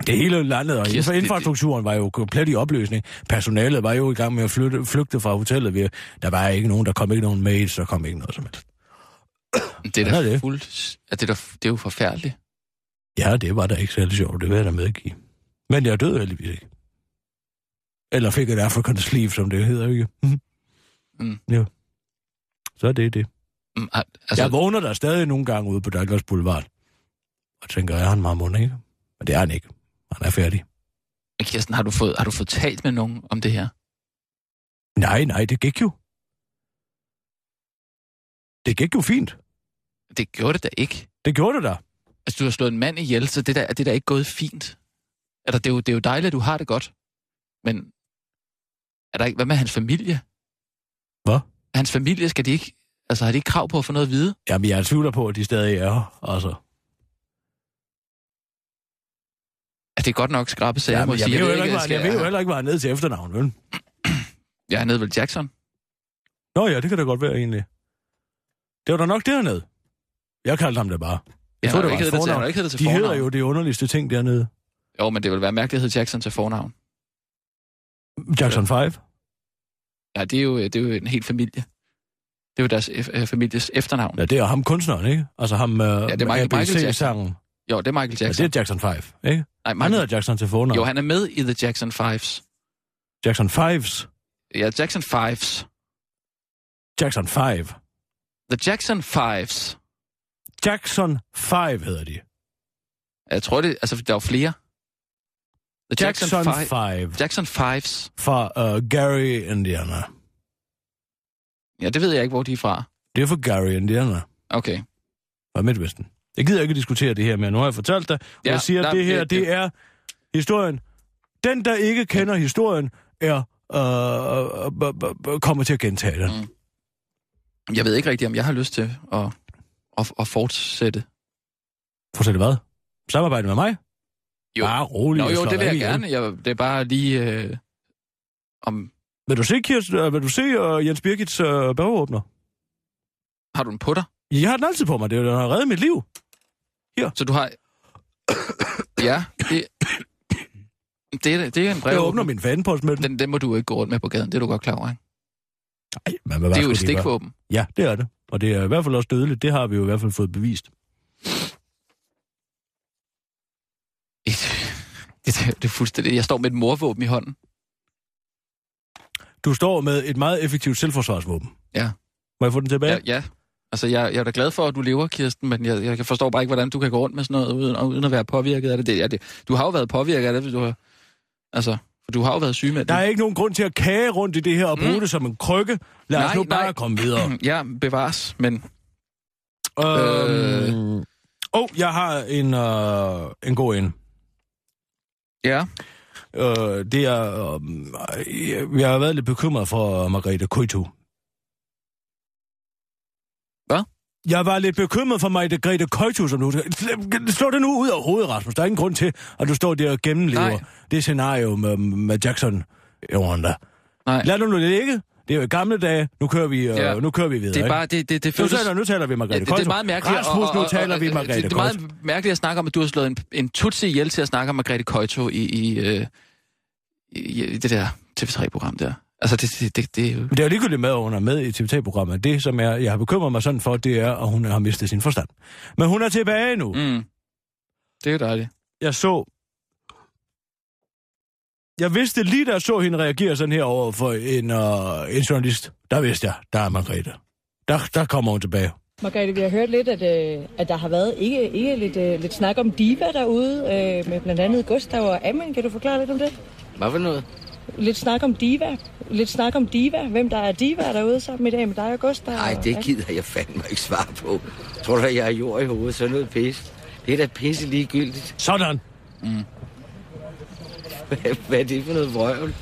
Det hele landet og
Kirsten,
Kirsten,
det-
infrastrukturen var jo komplet i opløsning. Personalet var jo i gang med at flytte, flygte fra hotellet. Vi- Der var ikke nogen, der kom ikke nogen mails, der kom ikke noget som helst.
Det er
Hvad
da
er det?
fuldt... Ja, det, er da, det er jo forfærdeligt.
Ja, det var da ikke særlig sjovt, det vil jeg da medgive. Men jeg døde heldigvis ikke. Eller fik et African sleeve, som det hedder, ikke?
Mm.
Mm. Ja. Så er det det.
Mm, al-
Altså...
Altså,
Jeg vågner der stadig nogle gange ude på Douglas Boulevard. Og tænker, er han marmund, ikke? Men det er han ikke. Han er færdig.
Men Kirsten, har du, fået, har du fået talt med nogen om det her?
Nej, nej, det gik jo. Det gik jo fint.
Det gjorde det da ikke.
Det gjorde det da.
Altså, du har slået en mand ihjel, så det der, det der er ikke gået fint. Altså, det er, jo, det er jo dejligt, at du har det godt. Men er der ikke, hvad med hans familie?
Hvad?
Hans familie, skal de ikke... Altså, har de ikke krav på at få noget at vide?
Jamen, jeg tvivler på, at de stadig er her. Altså,
Altså, det er godt nok skrabe sager,
Jamen,
må
jeg,
sige.
ved jo
ved
heller ikke,
hvad
hvad- jeg
skal-
ved jo heller ikke, hvad han er ned til efternavn, vel?
Jeg er nede ved Jackson.
Nå ja, det kan da godt være egentlig. Det var da nok dernede. Jeg kaldte ham det bare.
Jeg
tror, det var
ikke
hans
hedder det til, han
fornavn.
har ikke hedder det til
De
fornavn.
hedder jo det underligste ting dernede.
Jo, men det vil være mærkeligt at hedde Jackson til fornavn.
Jackson 5.
Ja, det er jo, det er jo en hel familie. Det er jo deres eff- øh, families efternavn.
Ja, det er ham kunstneren, ikke? Altså ham ja,
det er Michael- Michael Jackson.
sangen
Jo, det er Michael
Ja,
Jackson.
det er Jackson 5, ikke?
Nej,
Han
Michael,
hedder Jackson til fornavn.
jo, han er med i The Jackson Fives.
Jackson 5's.
Ja, Jackson Fives.
Jackson 5.
The Jackson Fives.
Jackson 5 hedder de.
Jeg tror det, altså der er jo flere. The Jackson,
Jackson
Jackson,
5
Jackson Fives.
fra uh, Gary, Indiana.
Ja, det ved jeg ikke, hvor de er fra.
Det er for Gary, Indiana
Okay.
fra Midtvesten. Jeg gider ikke diskutere det her mere. Nu har jeg fortalt dig, og
Ja,
ja, jeg siger,
nej,
at det her,
det-
det,
det-
er historien. Den, der ikke kender historien, er øh, b- b- b- kommer til at gentage den.
Mm. Jeg ved ikke rigtigt, om jeg har lyst til at, at, at fortsætte.
Fortæl hvad? Samarbejde med mig?
Mm. Jo.
Bare rolig.
Nå jo,
slår
det vil
dig
jeg
ikke ihjel.
gerne. Jeg, det er bare lige... Øh, om,
Vil du se, Kirsten, øh, vil du se uh, Jens Birgits uh, bagåbner?
har du den på dig?
Jeg har den altid på mig. Det er jo, den har reddet mit liv.
Så du har... ja, det... Det, er- det er en brev.
Jeg åbner min fanpost med den.
Den, den må du ikke gå rundt med på gaden, det er du godt klar over, ikke?
Ej, men hvad
Det er
skulle
jo et
de gøre?
stikvåben.
Ja, det er det. Og det er i hvert fald også dødeligt. Det har vi jo i hvert fald fået bevist.
Det, det, det er fuldstændig... Jeg står med et morvåben i hånden.
Du står med et meget effektivt selvforsvarsvåben.
Ja.
Må jeg få den tilbage?
Ja, ja. Altså, jeg, jeg er da glad for, at du lever, Kirsten, men jeg, jeg forstår bare ikke, hvordan du kan gå rundt med sådan noget, uden, uden at være påvirket af det. det, er det. Du har jo været påvirket af det, hvis du har... Altså, for du har jo været syg med det.
Der er ikke nogen grund til at kage rundt i det her og bruge
Mm.
mm. det som en krykke. Lad nej, os
Nej,
nu bare
nej.
komme videre.
Ja, bevares, men
Øhm, oh, jeg har en, øh, en god en.
Ja.
Øh, det er, øh, jeg, jeg har været lidt bekymret for Margrethe Køjtu.
Hvad?
Jeg var lidt bekymret for Margrethe Køjtu, som nu... Slå det nu ud af hovedet, Rasmus. Der er ingen grund til, at du står der og gennemlever
Nej.
Nej. det scenario med, med Jackson i Rwanda.
Nej.
Lad nu det ligge. Det er jo i gamle dage. Nu kører vi, øh,
Ja.
ja. nu kører vi videre.
Det er
ikke?
bare, det, det, det
Nu
føles...
taler, nu taler vi Margrethe
Ja, det, det er
Koytu.
meget mærkeligt.
Rasmus, nu taler vi Margrethe
Det, det er
Koytu.
meget mærkeligt at snakke om, at du har slået en, en tutsi ihjel til at snakke om Margrethe Køjto i, i, øh, i, i det der TV3-program der. Altså, det, det, det, det er jo...
Men det er jo ligegyldigt med, at hun er med i TVT-programmet. Det, som jeg, jeg har bekymret mig sådan for, det er, at hun har mistet sin forstand. Men hun er tilbage nu. Mm.
Mm. Det er jo dejligt.
Jeg så... Jeg vidste lige, da jeg så hende reagere sådan her over for en, øh, en journalist. Der vidste jeg, der er Margrethe. Der, der kommer hun tilbage.
Margrethe, vi har hørt lidt, at, øh, at der har været ikke, ikke lidt, øh, lidt snak om diva derude, øh, med blandt andet Gustav og Amin. Kan du forklare lidt om det?
Hvad for noget?
Lidt snak om diva. Lidt snak om diva. Hvem der er diva derude sammen i dag med dig og Gustav.
Nej, det gider jeg fandme ikke svare på. Tror du, at jeg er jord i hovedet? Sådan noget pis. Det er da pisse ligegyldigt.
Sådan.
Hvad, hvad er det for noget vrøvl?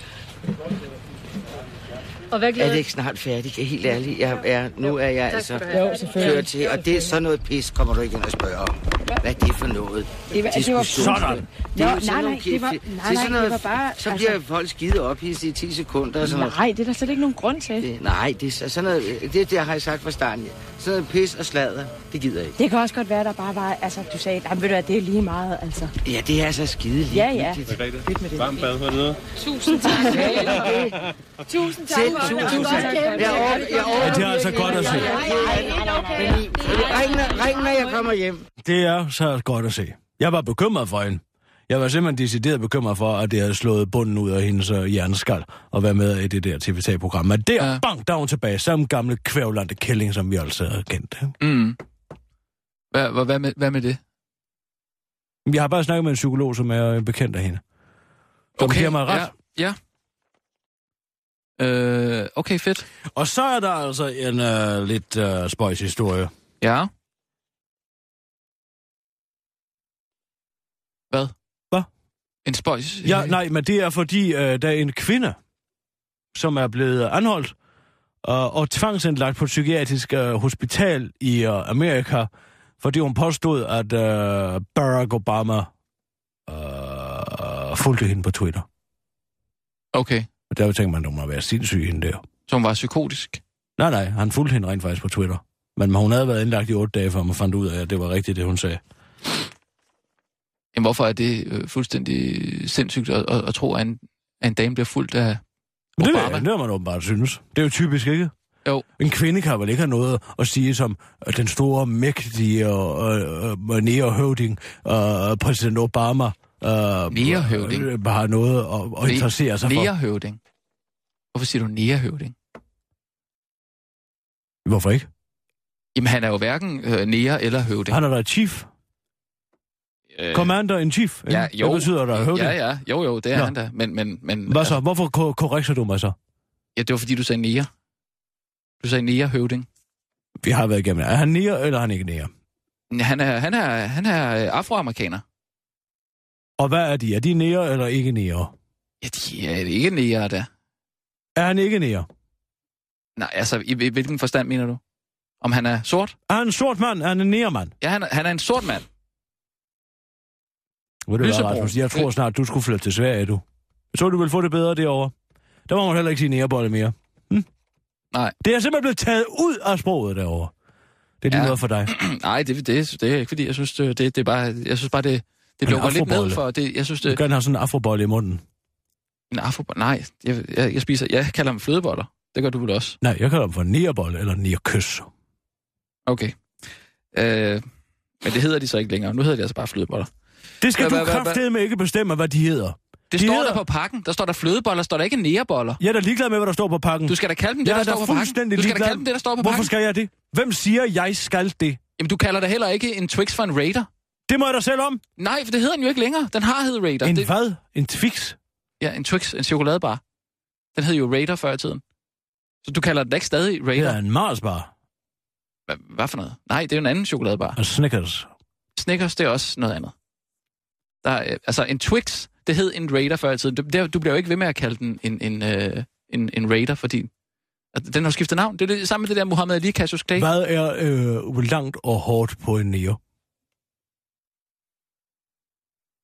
Og hvad
Er
glæder
det ikke snart færdigt? Jeg er helt ærlig. Jeg er, nu er jeg altså
Jo, selvfølgelig.
kørt til, og det er sådan noget pis, kommer du ikke ind og spørger om. Hvad er det for noget?
Det var- det var-
Sådan. Det er jo
Nå,
sådan
nej,
nogle
nej, det var-
kæft-
nej,
det er sådan
nej, det
noget-
var bare-
Så bliver
altså-
folk skide op i 10 sekunder og sådan noget.
Nej, det er der slet ikke nogen grund til.
Det- Nej, det er så- sådan noget, det, det har jeg sagt fra starten. Sådan noget pis og sladder, det gider jeg ikke.
Det kan også godt være, der bare var, altså du sagde, jamen ved du hvad, det er lige meget, altså.
Ja, det er så skide
Ja,
ligegyldigt.
ja.
Tusind tak.
Tusind tak.
Selv tusind tak. Jeg over, jeg over,
Ja, det er altså godt at se.
Ring, når- ring, når jeg kommer hjem.
Det er så godt at se. Jeg var bekymret for hende. Jeg var simpelthen decideret bekymret for, at det havde slået bunden ud af hendes øh, hjerneskal og være med i det der TV3-program. Men der,
Ja.
ja. bang, der er hun tilbage. Samme gamle kvævlande kælling, som vi altid har kendt. ikke?
Mm. Hvad, hvad, hvad, med, hvad med det?
Jeg har bare snakket med en psykolog, som er øh, bekendt af hende. Som giver mig ret.
Ja. ja. Øh, okay, fedt.
Og så er der altså en øh, lidt øh, spøjs historie.
Ja. Hvad?
Hvad?
En spøjs?
Ja, nej, men det er fordi, øh, der er en kvinde, som er blevet anholdt øh, og tvangsindlagt på et psykiatrisk øh, hospital i øh, Amerika, fordi hun påstod, at øh, Barack Obama øh, fulgte hende på Twitter.
Okay,
Og der tænkte man, at hun må være sindssyg hende der.
så hun var psykotisk.
Nej, nej, han fulgte hende rent faktisk på Twitter. Men hun havde været indlagt i otte dage, før man fandt ud af, at det var rigtigt, det hun sagde.
Jamen, hvorfor er det øh, fuldstændig sindssygt at, at, at tro, at en, at en dame bliver fuldt af...
Men det, ved
Obama.
jeg, det har man åbenbart synes. Det er jo typisk, ikke?
Jo.
En kvinde kan vel ikke have noget at sige som øh, den store, mægtige og øh, øh, nære høvding, øh, præsident Obama, øh,
Nære høvding?
øh, har noget at, at interessere sig for.
Nærehøvding. Hvorfor siger du nærehøvding?
Hvorfor ikke?
Jamen, han er jo hverken øh, nære eller høvding.
Han er da chief.
øh,
Commander in chief. ikke?
ja, jo.
Det betyder da høvding.
Ja, ja. Jo, jo, det er
Nå.
han da. Men, men, men, altså-
Hvad så? Hvorfor ko- korrekser du mig så?
Ja, det var fordi, du sagde nære. Du sagde nære høvding.
Vi har været igennem. det. Er han nære, eller er han ikke nære?
Han er, han er, han er øh, afroamerikaner.
Og hvad er de? Er de nære eller ikke nære?
Ja, de er ikke nære, da.
Er han ikke nære?
Nej, altså, i, i hvilken forstand mener du? Om han er sort?
Er han en sort mand? Er han en nære mand?
Ja, han er, han er en sort mand.
Ved du hvad,
Lysebrun.
Rasmus? Jeg tror
Øh.
snart, du skulle flytte til Sverige, du. Jeg tror, du ville få det bedre derovre. Der må man heller ikke sige nærebolle mere. Hm?
Nej.
Det er simpelthen blevet taget ud af sproget derovre. Det er lige
Ja.
ja. noget for dig.
Nej, det, det, det er ikke fordi, jeg synes, det, det, det er bare, jeg synes bare, det, det
En
lukker lidt ned
afrobolle.
for, det, jeg synes,
Du
det
kan have sådan en afrobolle i munden.
en afro... Nej, jeg, jeg, jeg spiser, jeg kalder dem flødeboller. Det gør du vel også.
Nej, jeg kalder dem for nærebolle eller nærkys.
Okay. Øh, men det hedder de så ikke længere. Nu hedder de altså bare flødeboller.
Det skal
Hva-
du
hva- hva- hva-
kraftedeme ikke bestemme, hvad de hedder.
Det
De
står
hedder-
der på pakken. Der står der flødeboller, står der ikke næreboller.
Jeg er da ligeglad med, hvad der står på pakken.
Du skal da kalde dem det,
jeg
der
er da
står på pakken.
fuldstændig
Du skal da
ligeglad.
kalde dem det, der står på
Hvorfor
pakken.
skal jeg det? Hvem siger, jeg skal det?
Jamen, du kalder det heller ikke en Twix for en Raider.
Det må jeg da selv om.
Nej, for det hedder den jo ikke længere. Den har hed Raider.
en
det,
hvad? En twix?
Ja, en Twix, en chokoladebar. Den hed jo Raider før i tiden. Så du kalder den da ikke stadig
Det
Raider?
er en marsbar.
Hvad, hvad for noget? Nej, det er jo en anden chokoladebar.
Og Snickers.
Snickers, det er også noget andet. Der er, øh, altså, en Twix, det hed en Raider før i tiden. Du, der, du bliver jo ikke ved med at kalde den en, en, øh, en, en Raider, fordi at den har skiftet navn. Det er det samme med det der Muhammad Ali Cassius Clay.
Hvad er øh, langt og hårdt på en nære?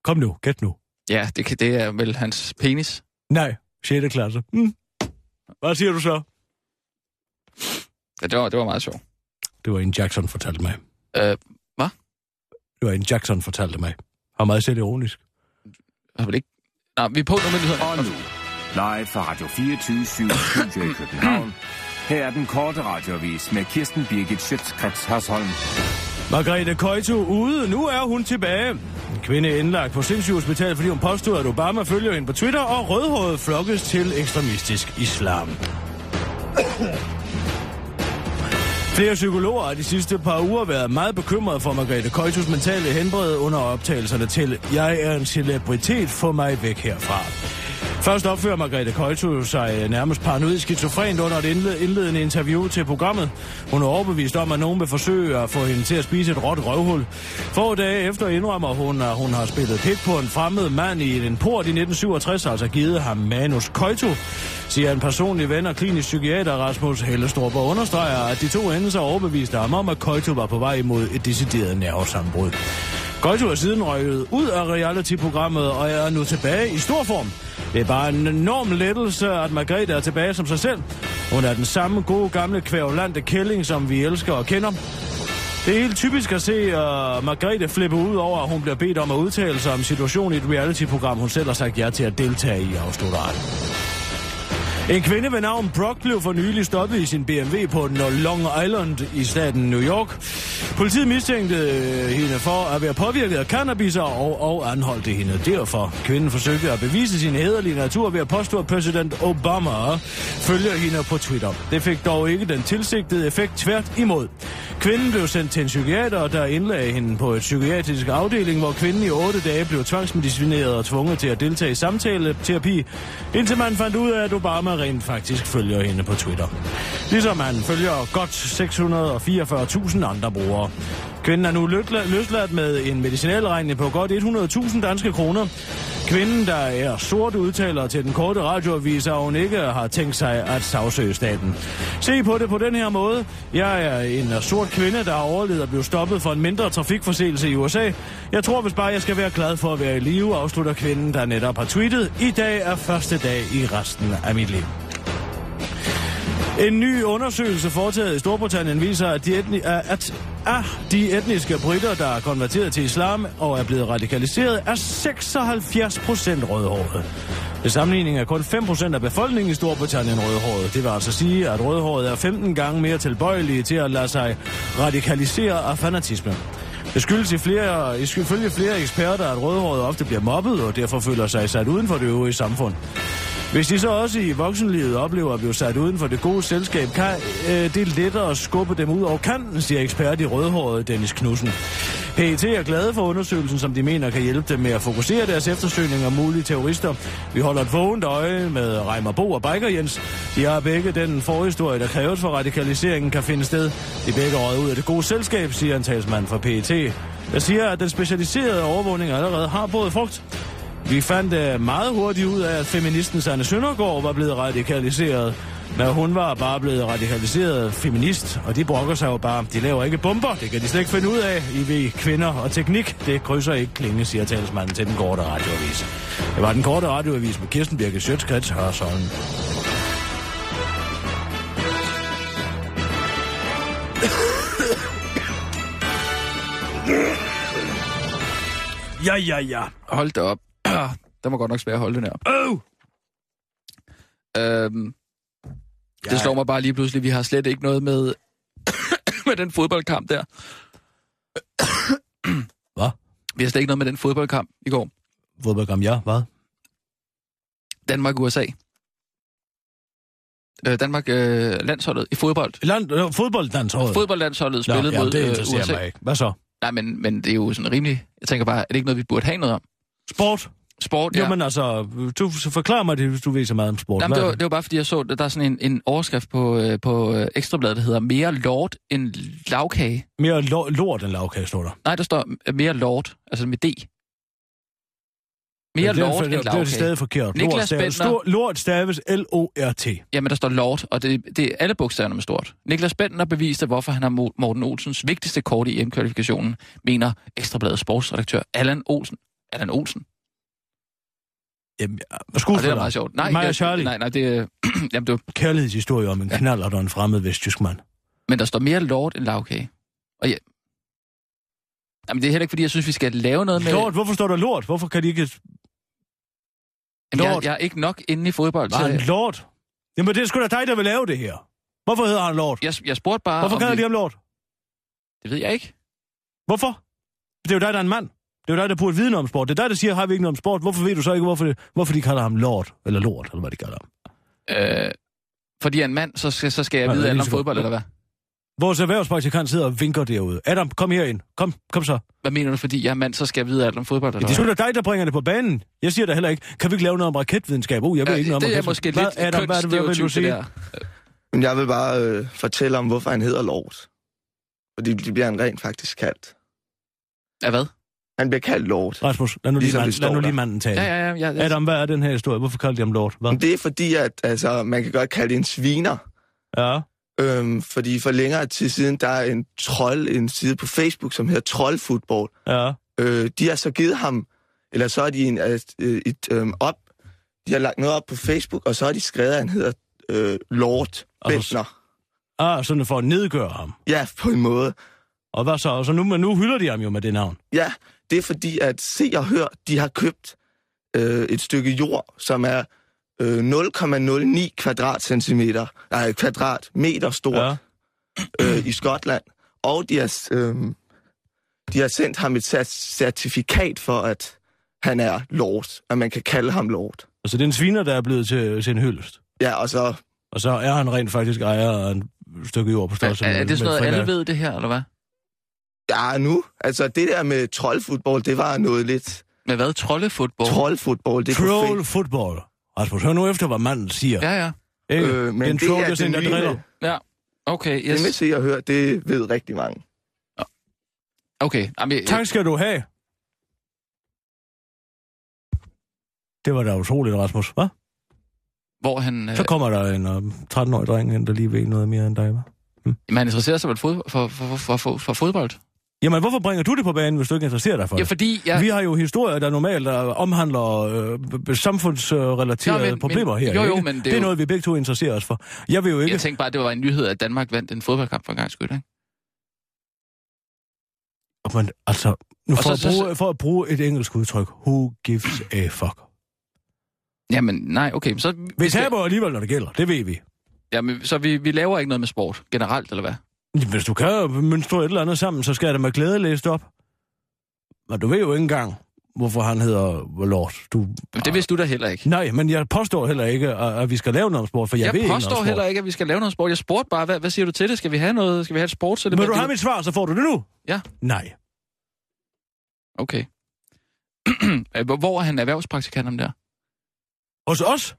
Kom nu, gæt nu.
Ja, det, kan- det er vel hans penis.
Nej, 6. klasse. Mm. Hvad siger du så?
Ja, det var, det var meget sjovt.
Det var en Jackson fortalte mig.
Øh,
Det var en Jackson fortalte mig. Han er meget selv ironisk.
har vel ikke... Nej, vi er på nu med nyhederne.
Og nu, live fra Radio 24 Studio i København. Her er den korte radiovis med Kirsten Birgit Schøtzgrads Hasholm.
Margrethe Køjto ude. Nu er hun tilbage. En kvinde indlagt på sindssygehospital, fordi hun påstod, at Obama følger hende på Twitter, og rødhåret flokkes til ekstremistisk islam. Flere psykologer har de sidste par uger været meget bekymrede for Margrethe Køjtos mentale helbred under optagelserne til Jeg er en celebritet, få mig væk herfra. Først opfører Margrethe Køjto sig nærmest paranoid skizofrent under et indle- indledende interview til programmet. Hun er overbevist om, at nogen vil forsøge at få hende til at spise et råt røvhul. Få dage efter indrømmer hun, at hun har spillet pik på en fremmed mand i en port i 1967, altså givet ham Manus Køjto, siger en personlig ven og klinisk psykiater Rasmus Hellestrup og understreger, at de to endelser overbeviste ham om, at Køjto var på vej imod et decideret nervesambrud. Køjto er siden røget ud af reality-programmet og er nu tilbage i stor form. Det er bare en enorm lettelse, at Margrethe er tilbage som sig selv. Hun er den samme gode gamle kvævlante kælling, som vi elsker og kender. Det er helt typisk at se uh, Margrethe flippe ud over, at hun bliver bedt om at udtale sig om situationen i et reality-program, hun selv har sagt ja til at deltage i, afslutter han. En kvinde ved navn Brock blev for nylig stoppet i sin BMW på Long Island i staten New York. Politiet mistænkte øh, hende for at være påvirket af cannabis og, og anholdte hende derfor. Kvinden forsøgte at bevise sin hederlige natur ved at påstå, at præsident Obama følger hende på Twitter. Det fik dog ikke den tilsigtede effekt tvært imod. Kvinden blev sendt til en psykiater, der indlagde hende på et psykiatrisk afdeling, hvor kvinden i otte dage blev tvangsmedicineret og tvunget til at deltage i samtaleterapi, indtil man fandt ud af, at Obama rent faktisk følger hende på Twitter. Ligesom han følger godt 644.000 andre brugere. Kvinden er nu lødla- løsladt med en medicinalregning på godt 100.000 danske kroner. Kvinden, der er sort, udtaler til den korte radioavis, at hun ikke har tænkt sig at sagsøge staten. Se på det på den her måde. Jeg er en sort kvinde, der har overlevet at blive stoppet for en mindre trafikforseelse i USA. Jeg tror, hvis bare jeg skal være glad for at være i live, afslutter kvinden, der netop har tweetet. I dag er første dag i resten af mit liv. En ny undersøgelse foretaget i Storbritannien viser, at de, etni- at, at, at de etniske britter, der er konverteret til islam og er blevet radikaliseret, er 76 procent rødhårede. Ved sammenligning er kun 5% af befolkningen i Storbritannien rødhåret. Det vil altså sige, at rødhåret er 15 gange mere tilbøjelige til at lade sig radikalisere af fanatisme. Det skyldes i flere, ifølge flere eksperter, at rødhåret ofte bliver mobbet og derfor føler sig sat uden for det øvrige samfund. Hvis de så også i voksenlivet oplever at blive sat uden for det gode selskab, kan øh, det lettere at skubbe dem ud over kanten, siger ekspert i rødhåret Dennis Knudsen. PET E er glade for undersøgelsen, som de mener kan hjælpe dem med at fokusere deres eftersøgning om mulige terrorister. Vi holder et vågent øje med Reimer Bo og Biker Jens. De har begge den forhistorie, der kræves for radikaliseringen kan finde sted. De er begge røget ud af det gode selskab, siger en talsmand for PET. Der siger, at den specialiserede overvågning allerede har både frugt. Vi fandt øh, meget hurtigt ud af, at feministen Sanne Søndergaard var blevet radikaliseret. Men hun var bare blevet radikaliseret feminist, og de brokker sig jo bare. De laver ikke bomber, det kan de slet ikke finde ud af. I ved kvinder og teknik, det krydser ikke klinge, siger talsmanden til den korte radioavis. Det var den korte radioavis med Kirsten Birke Sjøtskrets Hørsholm. Ja, ja, ja.
Hold da op. der var godt nok svært at holde den her.
Øv!
Øhm, det slår mig bare lige pludselig. Vi har slet ikke noget med, med den fodboldkamp der.
Hvad?
Vi har slet ikke noget med den fodboldkamp i går.
Fodboldkamp, ja, hvad?
Danmark-USA. Øh, Danmark øh, landsholdet i fodbold.
Land, øh, fodboldlandsholdet.
Fodboldlandsholdet spillede
ja,
mod
det
øh,
interesserer
USA.
mig ikke. Hvad så?
Nej, men, men det er jo sådan rimelig... Jeg tænker bare, er det ikke noget, vi burde have noget om?
Sport?
Sport,
Ja.
ja.
Jo, men altså, du forklarer mig det, hvis du ved så meget om sport.
Jamen,
Hvad
det,
er
var, det var bare, fordi jeg så, at der er sådan en, en overskrift på, øh, på øh, Ekstrabladet, der hedder Mere lort end lavkage.
Mere lo- lort end lavkage, står der.
Nej, der står øh, mere lort, altså med D. Mere
Men det er-
lort
det,
end
er- Det er
lavkage.
stadig forkert.
Niklas
lort, staves,
Bentner.
stor, lort staves L-O-R-T.
Jamen, der står lort, og det, det er alle bogstaverne med stort. Niklas Bentner beviste, hvorfor han har Mo- Morten Olsens vigtigste kort i EM-kvalifikationen, mener Ekstrabladets sportsredaktør Allan Olsen. Allan Olsen?
Jamen,
Og det er
skuespiller.
da meget sjovt. Nej,
Maja
jeg-
Charlie.
Nej, nej, det er... jamen, det var,
Kærlighedshistorie om en
Ja.
knaller, der er en fremmed vestjysk mand.
men der står mere lort end lavkage. Og jeg, jamen, det er heller ikke, fordi jeg synes, vi skal lave noget med...
Lort, hvorfor står der lort? Hvorfor kan de ikke...
Jamen, jeg,
Lort.
jeg er ikke nok inde i fodbold.
Nej,
Så
lort. Jamen, det er sgu da dig, der vil lave det her. Hvorfor hedder han lort?
jeg, jeg spurgte bare...
Hvorfor
om
kalder
vi-
de ham lort?
Det ved jeg ikke.
Hvorfor? Det er jo dig, der er en mand. Det er jo dig, der burde vide noget om sport. Det er dig, der siger, har vi ikke noget om sport? Hvorfor ved du så ikke, hvorfor, hvorfor de kalder ham lort? Eller lort, eller hvad de kalder ham.
Øh, fordi jeg er en mand, så skal, så skal jeg
Nej, det
vide
er
alt
lige
om
så godt.
fodbold, eller hvad?
Vores erhvervspraktikant sidder og vinker derude. Adam, kom herind. Kom, kom så.
Hvad mener du, fordi jeg er mand, så skal jeg vide alt om fodbold,
Ja,
eller
det er
hvad?
sgu da dig, der bringer det på banen. Jeg siger da heller ikke, kan vi ikke lave noget om raketvidenskab? Uh, jeg ved
Ja,
ikke noget om
det er
raketvidenskab.
måske lidt
hvad, Adam, hvad, er det, hvad vil du
kønsstereotyp,
sige?
det der.
Men jeg vil bare øh, fortælle om, hvorfor han hedder Lord. Fordi det bliver han rent faktisk kaldt.
Ja, hvad?
Han bliver kaldt Lord.
Rasmus, lad nu, lige,
Ligesom
mand,
det
lad nu
står
lige
der.
manden tale.
Ja, ja, ja. ja, ja.
Adam, hvad er den her historie? Hvorfor kalder de ham lort? Hvad?
Men det er fordi, at altså, man kan godt kalde det en sviner.
Ja.
Øhm, fordi for længere tid siden, der er en trold, en side på Facebook, som hedder Trollfootball.
Ja.
Øh, de har så givet ham, eller så er de en, øh, et øhm, op, de har lagt noget op på Facebook, og så har de skrevet, at han hedder øh, Lord
Altså,
Bentner.
Ah, sådan for at nedgøre ham.
Ja, på en måde.
Og hvad så? Og så nu, men nu hylder de ham jo med det navn.
Ja, det er fordi, at Se og Hør, de har købt øh, et stykke jord, som er øh, 0,09 kvadratcentimeter, nej, kvadratmeter stor
Ja.
ja. øh, i Skotland. Og de har, øh, de har sendt ham et cer- certifikat for, at han er lord, at man kan kalde ham lord.
Altså, det er en sviner, der er blevet til, til en hyldest.
Ja, og så,
Og så er han rent faktisk ejer af en stykke jord på størrelse.
Er, er
med-
det sådan
med
noget,
Frida.
alle ved det her, eller hvad?
ja nu, altså det der med troldfodbold, det var noget lidt
Med hvad? Trollefodbold?
troldfodbold. Det er på
Troll football. Rasmus, hør nu efter, hvad manden siger.
Ja, ja.
fe-
Ikke?
Øh, men
Den
det, det
troll,
er
der
det
sender
nye med,
driller.
Okay,
det med
yes.
Se og Hør, det ved rigtig mange.
Okay. Jamen, jeg,
Tak skal du have. Det var da utroligt, Rasmus, hva'?
hvor han, øh,
Så kommer der en øh, 13-årig dreng ind, der lige ved noget mere end dig, hva'?
man interesserer sig vel fod, for, for, for, for, for fodbold.
Jamen, hvorfor bringer du det på banen, hvis du ikke interesserer dig for
Ja,
det?
fordi jeg...
Vi har jo historier, der normalt øh, omhandler øh, b- b- samfundsrelaterede
Nå,
ja,
men-
men, problemer
men-
her.
jo, jo,
ikke?
men det er
det er
jo-
noget, vi begge to interesserer os for. Jeg vil jo ikke...
Jeg tænkte bare, at det var en nyhed, at Danmark vandt en fodboldkamp for en gang skyld, ikke?
Men altså, nu for,
Og så-
at
så-
bruge, for at bruge et engelsk udtryk, who gives a fuck?
Jamen, nej, okay. men Så,
Vi taber alligevel, når det gælder, det ved vi.
jamen, så vi, vi laver ikke noget med sport generelt, eller hvad?
Hvis du kan mønstre et eller andet sammen, så skal jeg da med glæde læse det op. Men du ved jo ikke engang, hvorfor han hedder Lord. Du...
Jamen, det vidste du da heller ikke.
Nej, men jeg påstår heller ikke, at at vi skal lave noget om sport, for jeg,
Jeg,
ved
jeg
ikke noget om
påstår
sport.
heller ikke, at vi skal lave noget sport. Jeg spurgte bare, hvad, hvad siger du til det? Skal vi have noget? Skal vi have et sportselement?
Vil du
Det-
have mit svar, så får du det nu?
Ja.
Nej.
Okay. Øh, hvor- Hvor er han erhvervspraktikant om der?
Hos os?
Hos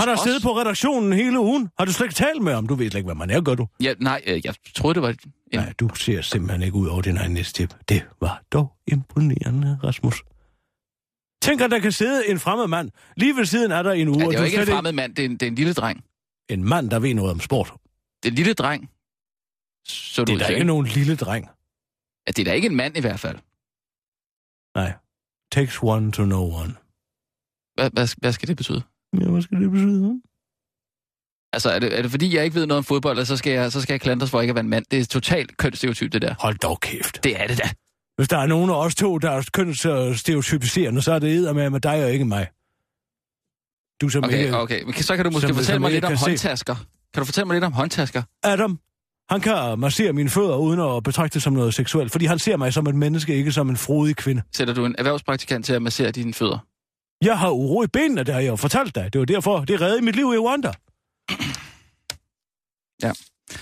Han har
os?
siddet på redaktionen hele ugen. Har du slet ikke talt med ham? Du ved slet ikke, hvad man er, gør du?
Ja, nej, øh, jeg troede, det var... et- En...
Ja. Nej, du ser simpelthen ikke ud over din egen næstjep. Det var dog imponerende, Rasmus. Tænk, at der kan sidde en fremmed mand. Lige ved siden er der en uge.
Ja, det er jo
du
ikke en
slet
fremmed mand, det er en, det er en lille dreng.
en mand, der ved noget om sport.
Det er en lille dreng. Så
Det
ud
er da
til,
ikke nogen lille dreng.
Ja, det er da ikke en mand i hvert fald.
Nej. Takes one to know one.
Hvad, hvad, hvad skal det betyde?
Ja, hvad skal det betyde?
Altså, er det, er det fordi, jeg ikke ved noget om fodbold, og så skal jeg, så skal jeg klandres for ikke at være en mand? Det er totalt kønsstereotyp, det der.
Hold dog kæft.
Det er det da.
Hvis der er nogen af os to, der er kønsstereotypiserende, så er det med med dig og ikke mig. Du som
Okay,
ikke...
okay. Men kan- så kan du måske
Som-
fortælle
som
mig
jeg
lidt om
kan se.
håndtasker. Kan du fortælle mig lidt om håndtasker?
Adam, han kan massere mine fødder uden at betragte det som noget seksuelt, fordi han ser mig som et menneske, ikke som en frodig kvinde.
Sætter du en erhvervspraktikant til at massere dine fødder?
Jeg har uro i benene, det har jeg jo fortalt dig. Det var derfor, det reddede mit liv i Rwanda.
Ja.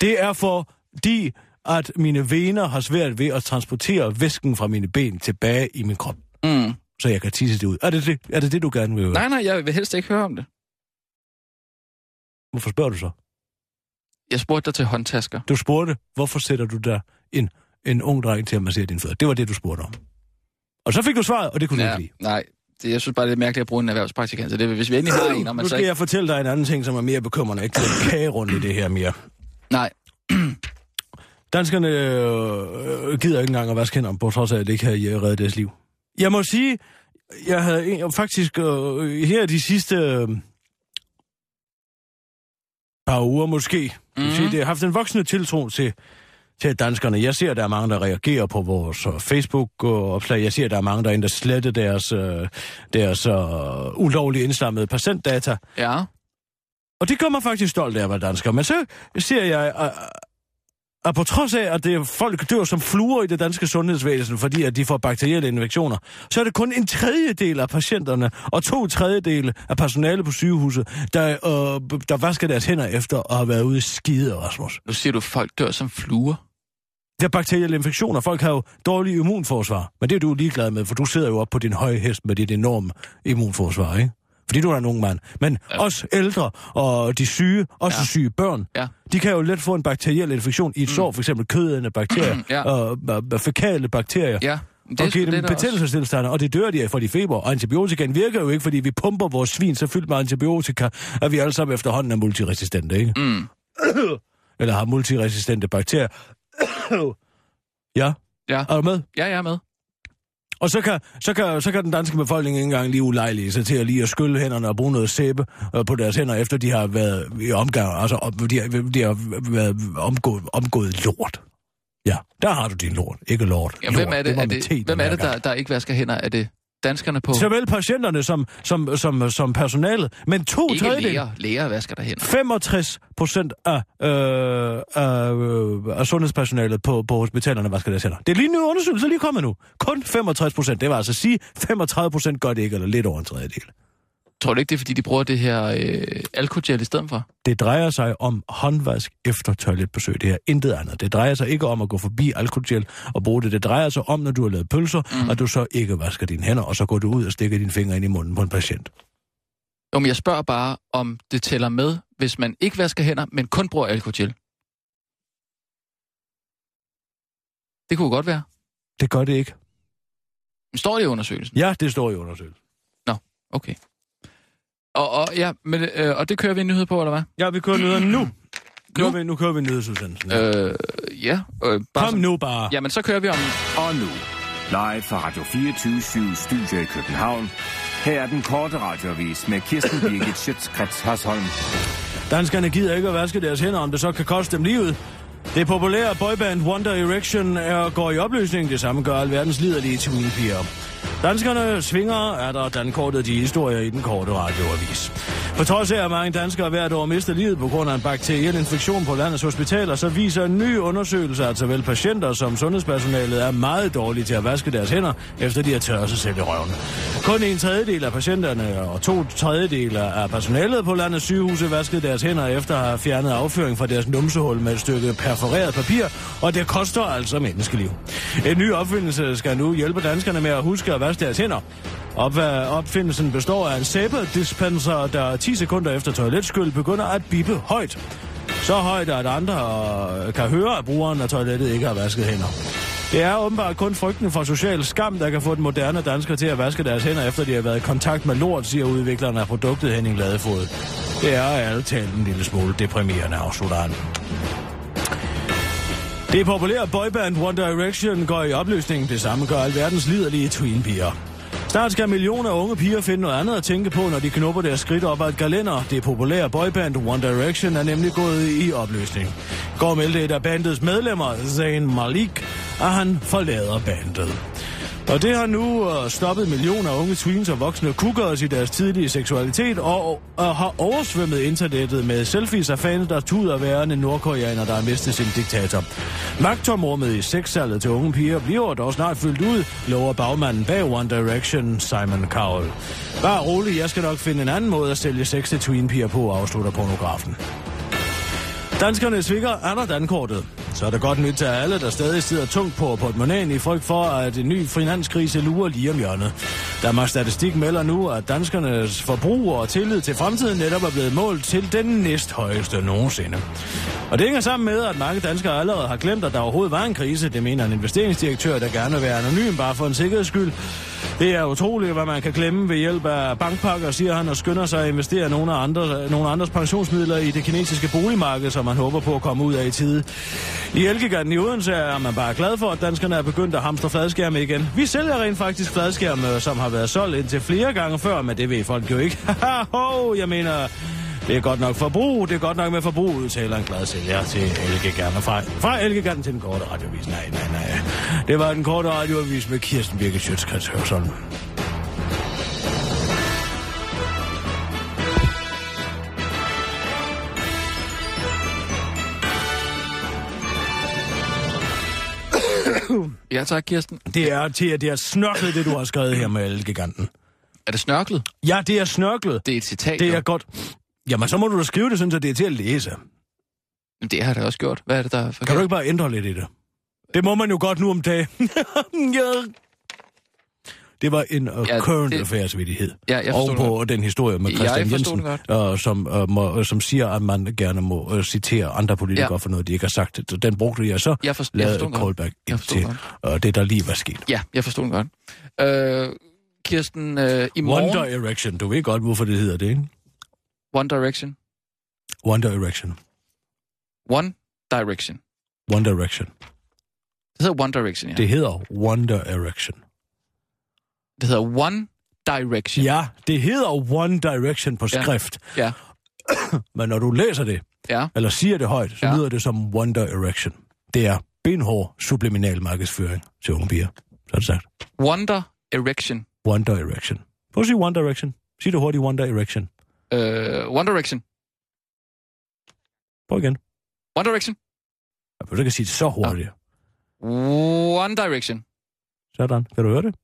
Det er fordi, at mine vener har svært ved at transportere væsken fra mine ben tilbage i min krop.
Mm.
så jeg kan tisse det ud. Er det det, er det, det du gerne vil høre?
Nej, nej, jeg vil helst ikke høre om det.
Hvorfor spørger du så?
Jeg spurgte dig til håndtasker.
Du spurgte, hvorfor sætter du der en, en ung dreng til at massere dine fødder? Det var det, du spurgte om. Og så fik du svaret, og det kunne ja. du ikke lide.
nej, det, jeg synes bare, det er mærkeligt at bruge en erhvervspraktikant. Så det, hvis vi endelig har en, og man
Nu
så
skal
ikke...
jeg fortælle dig en anden ting, som er mere bekymrende. Ikke til kagerund i det her mere.
Nej,
Danskerne øh, øh, gider ikke engang at vaske hænder, på trods af, at det ikke har øh, reddet deres liv. Jeg må sige, jeg havde en- faktisk øh, her de sidste øh, par uger måske, mm. sige, det har haft en voksende tiltro til, til danskerne. Jeg ser, at der er mange, der reagerer på vores øh, Facebook-opslag. Jeg ser, at der er mange, der endda sletter deres, øh, deres øh, ulovlige indsamlede patientdata.
ja.
Og det gør mig faktisk stolt af at være dansker. Men så ser jeg, at, at på trods af, at det er folk dør som fluer i det danske sundhedsvæsen, fordi at de får bakterielle infektioner, så er det kun en tredjedel af patienterne og to tredjedele af personale på sygehuset, der, øh, der vasker deres hænder efter at have været ude i skide, Rasmus.
Nu siger du, at folk dør som fluer.
Det er bakterielle infektioner. Folk har jo dårlige immunforsvar. Men det er du ligeglad med, for du sidder jo op på din høje hest med dit enorme immunforsvar, ikke? Fordi du er en ung mand. Men ja. os ældre og de syge, også ja.
Ja.
syge børn,
Ja.
de kan jo let få en bakteriel infektion i et mm. sår, for eksempel kødende bakterier,
Mm, Ja.
og øh, fækale bakterier.
Ja,
Det og giver
sgu
dem
der også.
betændelsestilstande, og det dør de af, for de feber. Og antibiotikaen virker jo ikke, fordi vi pumper vores svin så fyldt med antibiotika, at vi alle sammen efterhånden er multiresistente, ikke?
Mm.
Eller har multiresistente bakterier. ja,
Ja.
er du med?
ja, jeg er med.
Og så kan, så, kan, så kan den danske befolkning ikke engang lige ulejlige sig til at lige at skylle hænderne og bruge noget sæbe øh, på deres hænder, efter de har været i omgang, altså om- de har, de har været omgået, omgået lort. Ja, der har du din lort, ikke lort.
Ja, hvem
Lort,
er det,
var
er
med T, den
det, hvem er
her
det
gang.
der, der ikke vasker hænder? Er det danskerne på...
Såvel patienterne som, som, som, som personalet. Men to
Ikke
tredjedele,
læger. Læger vasker der hænder.
65 procent af, øh, af, øh, af sundhedspersonalet på, på hospitalerne vasker deres hænder. Det er lige en ny undersøgelse, der lige kommet nu. Kun 65 procent. Det var altså at sige, 35 procent gør det ikke, eller lidt over en tredjedel.
Tror du ikke, det er, fordi de bruger det her øh, alkogel i stedet for?
Det drejer sig om håndvask efter toiletbesøg. Det er intet andet. Det drejer sig ikke om at gå forbi alkogel og bruge det. Det drejer sig om, når du har lavet pølser, mm. og du så ikke vasker dine hænder, og så går du ud og stikker dine fingre ind i munden på en patient.
Jo, men jeg spørger bare, om det tæller med, hvis man ikke vasker hænder, men kun bruger alkogel. Det kunne godt være.
Det gør det ikke.
Men Står det i undersøgelsen?
Ja, det står i undersøgelsen.
Okay. Og, og, ja, men, øh, og det kører vi en nyhed på, eller hvad?
Ja, vi kører nyhederne nu. Kører vi, nu kører vi nyhedsudsendelsen. Øh,
Øh, ja. Øh, bare
Kom nu bare.
Jamen, så kører vi om...
Og nu, live fra Radio 24 Studio i København. Her er den korte radiovis med Kirsten Birgit Schøtzgrads Hasholm.
Danskerne gider ikke at vaske deres hænder, om det så kan koste dem livet. Det populære boyband Wonder Erection er, går i opløsning. Det samme gør alverdens liderlige teenpiger. Danskerne svinger, er der dankortet de historier i den korte radioavis. På trods af, at mange danskere hvert år mister livet på grund af en bakteriel infektion på landets hospitaler, så viser en ny undersøgelse, at såvel patienter som sundhedspersonalet er meget dårlige til at vaske deres hænder, efter de har tørret sig selv i røven. Kun en tredjedel af patienterne og to tredjedele af personalet på landets sygehuse vaskede deres hænder efter at have fjernet afføring fra deres numsehul med et stykke perforeret papir, og det koster altså menneskeliv. En ny opfindelse skal nu hjælpe danskerne med at huske at vaske deres hænder. Op, opfindelsen består af en sæbedispenser, der 10 sekunder efter toiletskyld begynder at bippe højt. Så højt, at andre øh, kan høre, at brugeren af toilettet ikke har vasket hænder. Det er åbenbart kun frygten for social skam, der kan få den moderne dansker til at vaske deres hænder, efter de har været i kontakt med lort, siger udvikleren af produktet Henning Ladefod. Det er ærligt talt en lille smule deprimerende, afslutter han. Det populære boyband One Direction går i opløsning. Det samme gør alverdens liderlige tweenpiger. Snart skal millioner af unge piger finde noget andet at tænke på, når de knupper deres skridt op ad et galender. Det populære boyband One Direction er nemlig gået i opløsning. I Går meldte et af bandets medlemmer, Zayn Malik, at han forlader bandet. Og det har nu øh, stoppet millioner af unge tweens og voksne kuggers i deres tidlige seksualitet og, og har oversvømmet internettet med selfies af fans, der tuder værende nordkoreaner, der har mistet sin diktator. Magtomrummet i sexsalget til unge piger bliver dog snart fyldt ud, lover bagmanden bag One Direction, Simon Cowell. Bare rolig, jeg skal nok finde en anden måde at sælge sex til tweenpiger på, afslutter pornografen. Danskerne svikker Anna Dankortet. Så er der godt nyt til alle, der stadig sidder tungt på portemonnaien i frygt for, at en ny finanskrise lurer lige om hjørnet. Danmarks Statistik melder nu, at danskernes forbrug og tillid til fremtiden netop er blevet målt til den næsthøjeste nogensinde. Og det hænger sammen med, at mange danskere allerede har glemt, at der overhovedet var en krise. Det mener en investeringsdirektør, der gerne vil være anonym bare for en sikkerheds skyld. Det er utroligt, hvad man kan glemme ved hjælp af bankpakker, siger han, og skynder sig at investere nogle, af andre, nogle andres pensionsmidler i det kinesiske boligmarked, som man håber på at komme ud af i tide. I Elgiganten i Odense er man bare glad for, at danskerne er begyndt at hamstre fladskærme igen. Vi sælger rent faktisk fladskærme, som har været solgt indtil flere gange før, men det ved folk jo ikke. Haha, jeg mener, det er godt nok forbrug, det er godt nok med forbrug, udtaler en glad sælger til Elke Gerne fra, fra Elke Gerne til den korte radiovis. Nej, nej, nej. Det var den korte radiovis med Kirsten Birke Sjøtskrets Hørsholm.
Ja tak, Kirsten.
Det er til, at det er snørklet, det du har skrevet her med Elgiganten.
Er det snørklet?
Ja, det er snørklet.
Det er et citat.
Det
jo.
er godt. Jamen, så må du da skrive det, sådan så det er til at læse.
Jamen, det har jeg da også gjort. Hvad er det, der er forkert?
Kan du ikke bare ændre lidt i det? Det må man jo godt nu om dagen. ja. Det var en uh,
Ja,
ja, current
det-
det... affairs-vittighed.
Ja, jeg forstod
og
det
på den historie med
Jeg
Christian
forstod
Jensen,
det
øh, som, øh, må, øh, som siger, at man gerne må øh, citere andre politikere
Ja.
ja. for noget, de ikke har sagt. Så den brugte jeg så,
Jeg, forstår, jeg
lavede
forstår
et
den godt.
callback
Jeg
ind
forstår den
til øh, det, der lige var sket.
Ja, jeg forstod den godt. Øh, Kirsten, øh, i morgen...
One Direction. Du ved godt, hvorfor det hedder det, ikke?
One Direction.
One Direction.
One Direction.
One Direction.
Det hedder One Direction, ja.
Ja. Det hedder One Direction.
det hedder One Direction.
Ja, det hedder One Direction på
Ja.
skrift.
Ja.
Men når du læser det,
ja.
eller siger det højt, så
Ja.
ja. lyder det som One Direction. Det er benhård subliminal markedsføring til unge piger. Sådan sagt.
Wonder Erection.
One Direction. Prøv at sige One Direction. Sig det hurtigt, One Direction.
Øh, One Direction.
Prøv igen.
One Direction.
Jeg behøver ikke at sige det så hurtigt. Ja.
One Direction.
Sådan. Kan du høre det?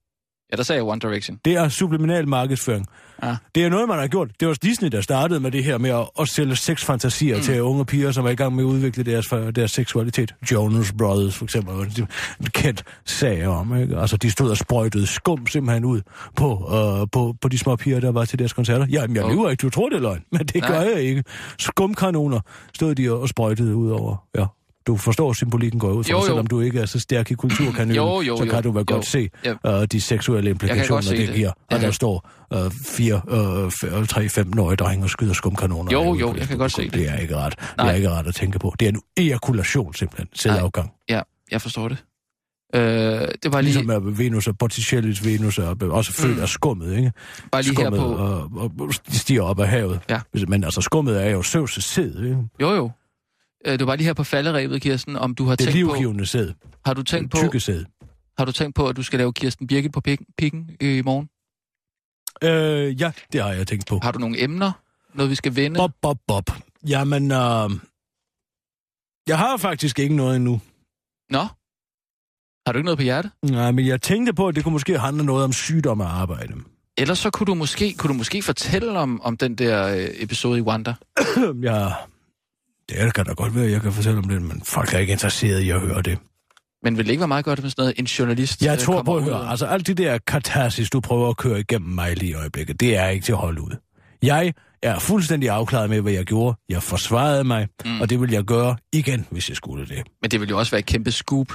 Ja, der sagde jeg One Direction.
Det er subliminal markedsføring.
Ja.
Det er noget, man har gjort. Det var Disney, der startede med det her med at, at sælge sexfantasier mm. til unge piger, som er i gang med at udvikle deres, deres seksualitet. Jonas Brothers, for eksempel, var det en kendt sag om. Ikke? Altså, de stod og sprøjtede skum simpelthen ud på, øh, på, på de små piger, der var til deres koncerter. Jamen, jeg
Okay.
lyver ikke. Du tror, det er løgn, men det Nej.
Nej.
gør jeg ikke. Skumkanoner stod de og og sprøjtede ud over. Ja. Du forstår symbolikken går jeg ud fra,
Jo, jo.
selvom du ikke er så stærk i kulturkanonen,
Jo, jo,
så kan
jo,
du vel
jo.
godt se
Ja.
øh, de seksuelle implikationer,
se
det,
det.
det giver.
Ja,
Og der
ja.
står øh, fire, øh, fem- tre, 15-årige drenge og skyder skumkanoner.
Jo,
af ude
jo,
på
jeg kan
det
godt se
publikum.
det.
Det er ikke ret.
Nej.
Det er ikke ret at tænke på. Det er en ejakulation simpelthen, selvafgang.
Ja, jeg forstår det. Øh, det var lige,
Ligesom med Venus og Botticellis Venus er øh, også født
Mm.
af skummet, ikke?
bare lige her
skummet
på...
og, og, og stiger op af havet.
Ja.
Hvis- Men altså, skummet er jo søvs sæd, ikke?
Jo, jo. Øh, det var bare lige her på falderæbet, Kirsten, om du har
Det er
tænkt på...
livgivende sæd.
Har du tænkt på,
Tykke sæd.
har du tænkt på, at du skal lave Kirsten Birgit på pikken, pikken øh, i morgen?
Øh, ja, det har jeg tænkt på.
Har du nogle emner? Noget, vi skal vende?
Bob, bob, bob. Jamen, øh, jeg har faktisk ikke noget endnu.
Nå? Har du ikke noget på hjertet?
Nej, men jeg tænkte på, at det kunne måske handle noget om sygdom og arbejde.
Ellers så kunne du måske, kunne du måske fortælle om, om den der øh, episode i Wanda.
ja, det kan da godt være, at jeg kan fortælle om det, men folk er ikke interesseret i at høre det.
Men vil det ikke være meget godt, hvis sådan noget, en journalist
Jeg
øh,
tror
kommer
på at
ud
høre,
og-
altså alt det der katarsis, du prøver at køre igennem mig lige i øjeblikket, det er ikke til at holde ud. Jeg er fuldstændig afklaret med, hvad jeg gjorde. Jeg forsvarede mig,
Mm.
mm. og det vil jeg gøre igen, hvis jeg skulle det.
Men det ville jo også være et kæmpe scoop,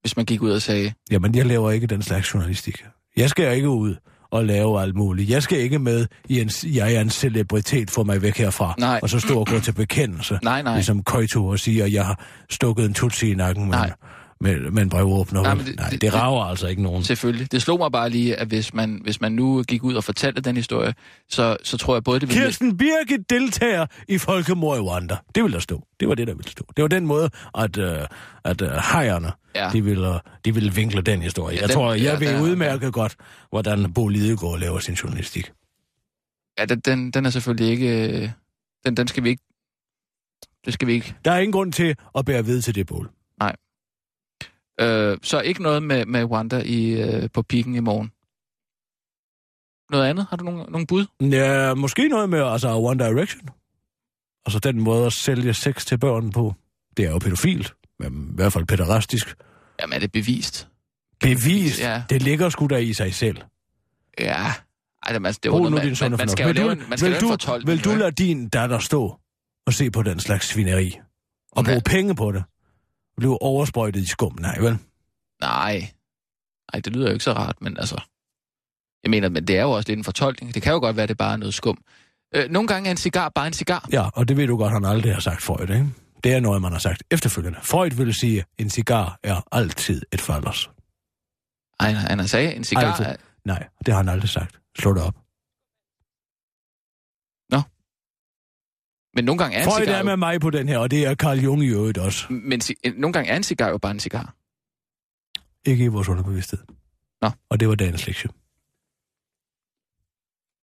hvis man gik ud og sagde,
Jamen, jeg laver ikke den slags journalistik. Jeg skal ikke ud og lave alt muligt. Jeg skal ikke med, i en, jeg er en celebritet, få mig væk herfra.
Nej.
Og så stå og gå til bekendelse.
nej, nej.
ligesom Køjto og siger, at jeg har stukket en tutsi i nakken med,
Nej.
med, med en brevåbner. Nej,
Nej, men det-
det, Nej,
det-
det, det rager altså ikke nogen.
Selvfølgelig. Det slog mig bare lige, at hvis man, hvis man nu gik ud og fortalte den historie, så, så tror jeg både, det ville...
Kirsten Birgit deltager i folkemord i Rwanda. Det ville der stå. Det var det, der ville stå. Det var den måde, at, øh, at øh, hejerne,
Ja.
ja. de, ville, øh, de ville vinkle den historie.
Ja,
jeg
den-
tror, jeg
ja,
ved
der-
udmærket godt, hvordan Bo Lidegaard laver sin journalistik.
Ja, den- den, den er selvfølgelig ikke... øh, Den, den skal vi ikke... Det skal vi ikke.
Der er ingen grund til at bære ved til det, Bål.
Øh, så ikke noget med, med Wanda i, øh, på pikken i morgen. Noget andet? Har du nogen, nogen bud?
Ja, måske noget med altså One Direction. Altså den måde at sælge sex til børn på, det er jo pædofilt, men i hvert fald pæderastisk.
Jamen, er det bevist?
Bevist, ja.
Ja.
det ligger sgu da i sig selv.
Ja. Ej, jamen, altså, det
Brug
var
nu
man,
din
man,
sunde
man,
fornuft.
skal jo
Vil du-
lave en, man skal lave en
vil du,
fortolkning.
vil du
jo, ikke?
lade din datter stå og se på den slags svineri? Og
Hvad?
bruge penge på det? Blive oversprøjtet i skum? Nej, vel?
Nej. Nej, det lyder jo ikke så rart, men altså... Jeg mener, men det er jo også lidt en fortolkning. Det kan jo godt være, at det bare er noget skum. Øh, nogle gange er en cigar bare en cigar.
Ja, og det ved du godt, han aldrig har sagt Freud, ikke? Det er noget, man har sagt efterfølgende. Freud ville sige, en cigar er altid et falders.
Ej, nej, han har sagt, en cigar
Altid.
er...
Nej, det har han aldrig sagt. Slå det op.
Men nogle gange er en
Freud
cigar
er med
jo...
mig på den her, og det er Carl Jung i øvrigt også.
Men ci- en- nogle gange er en cigar jo bare en cigar.
Ikke i vores underbevidsthed.
Nå.
Og det var dagens lektie.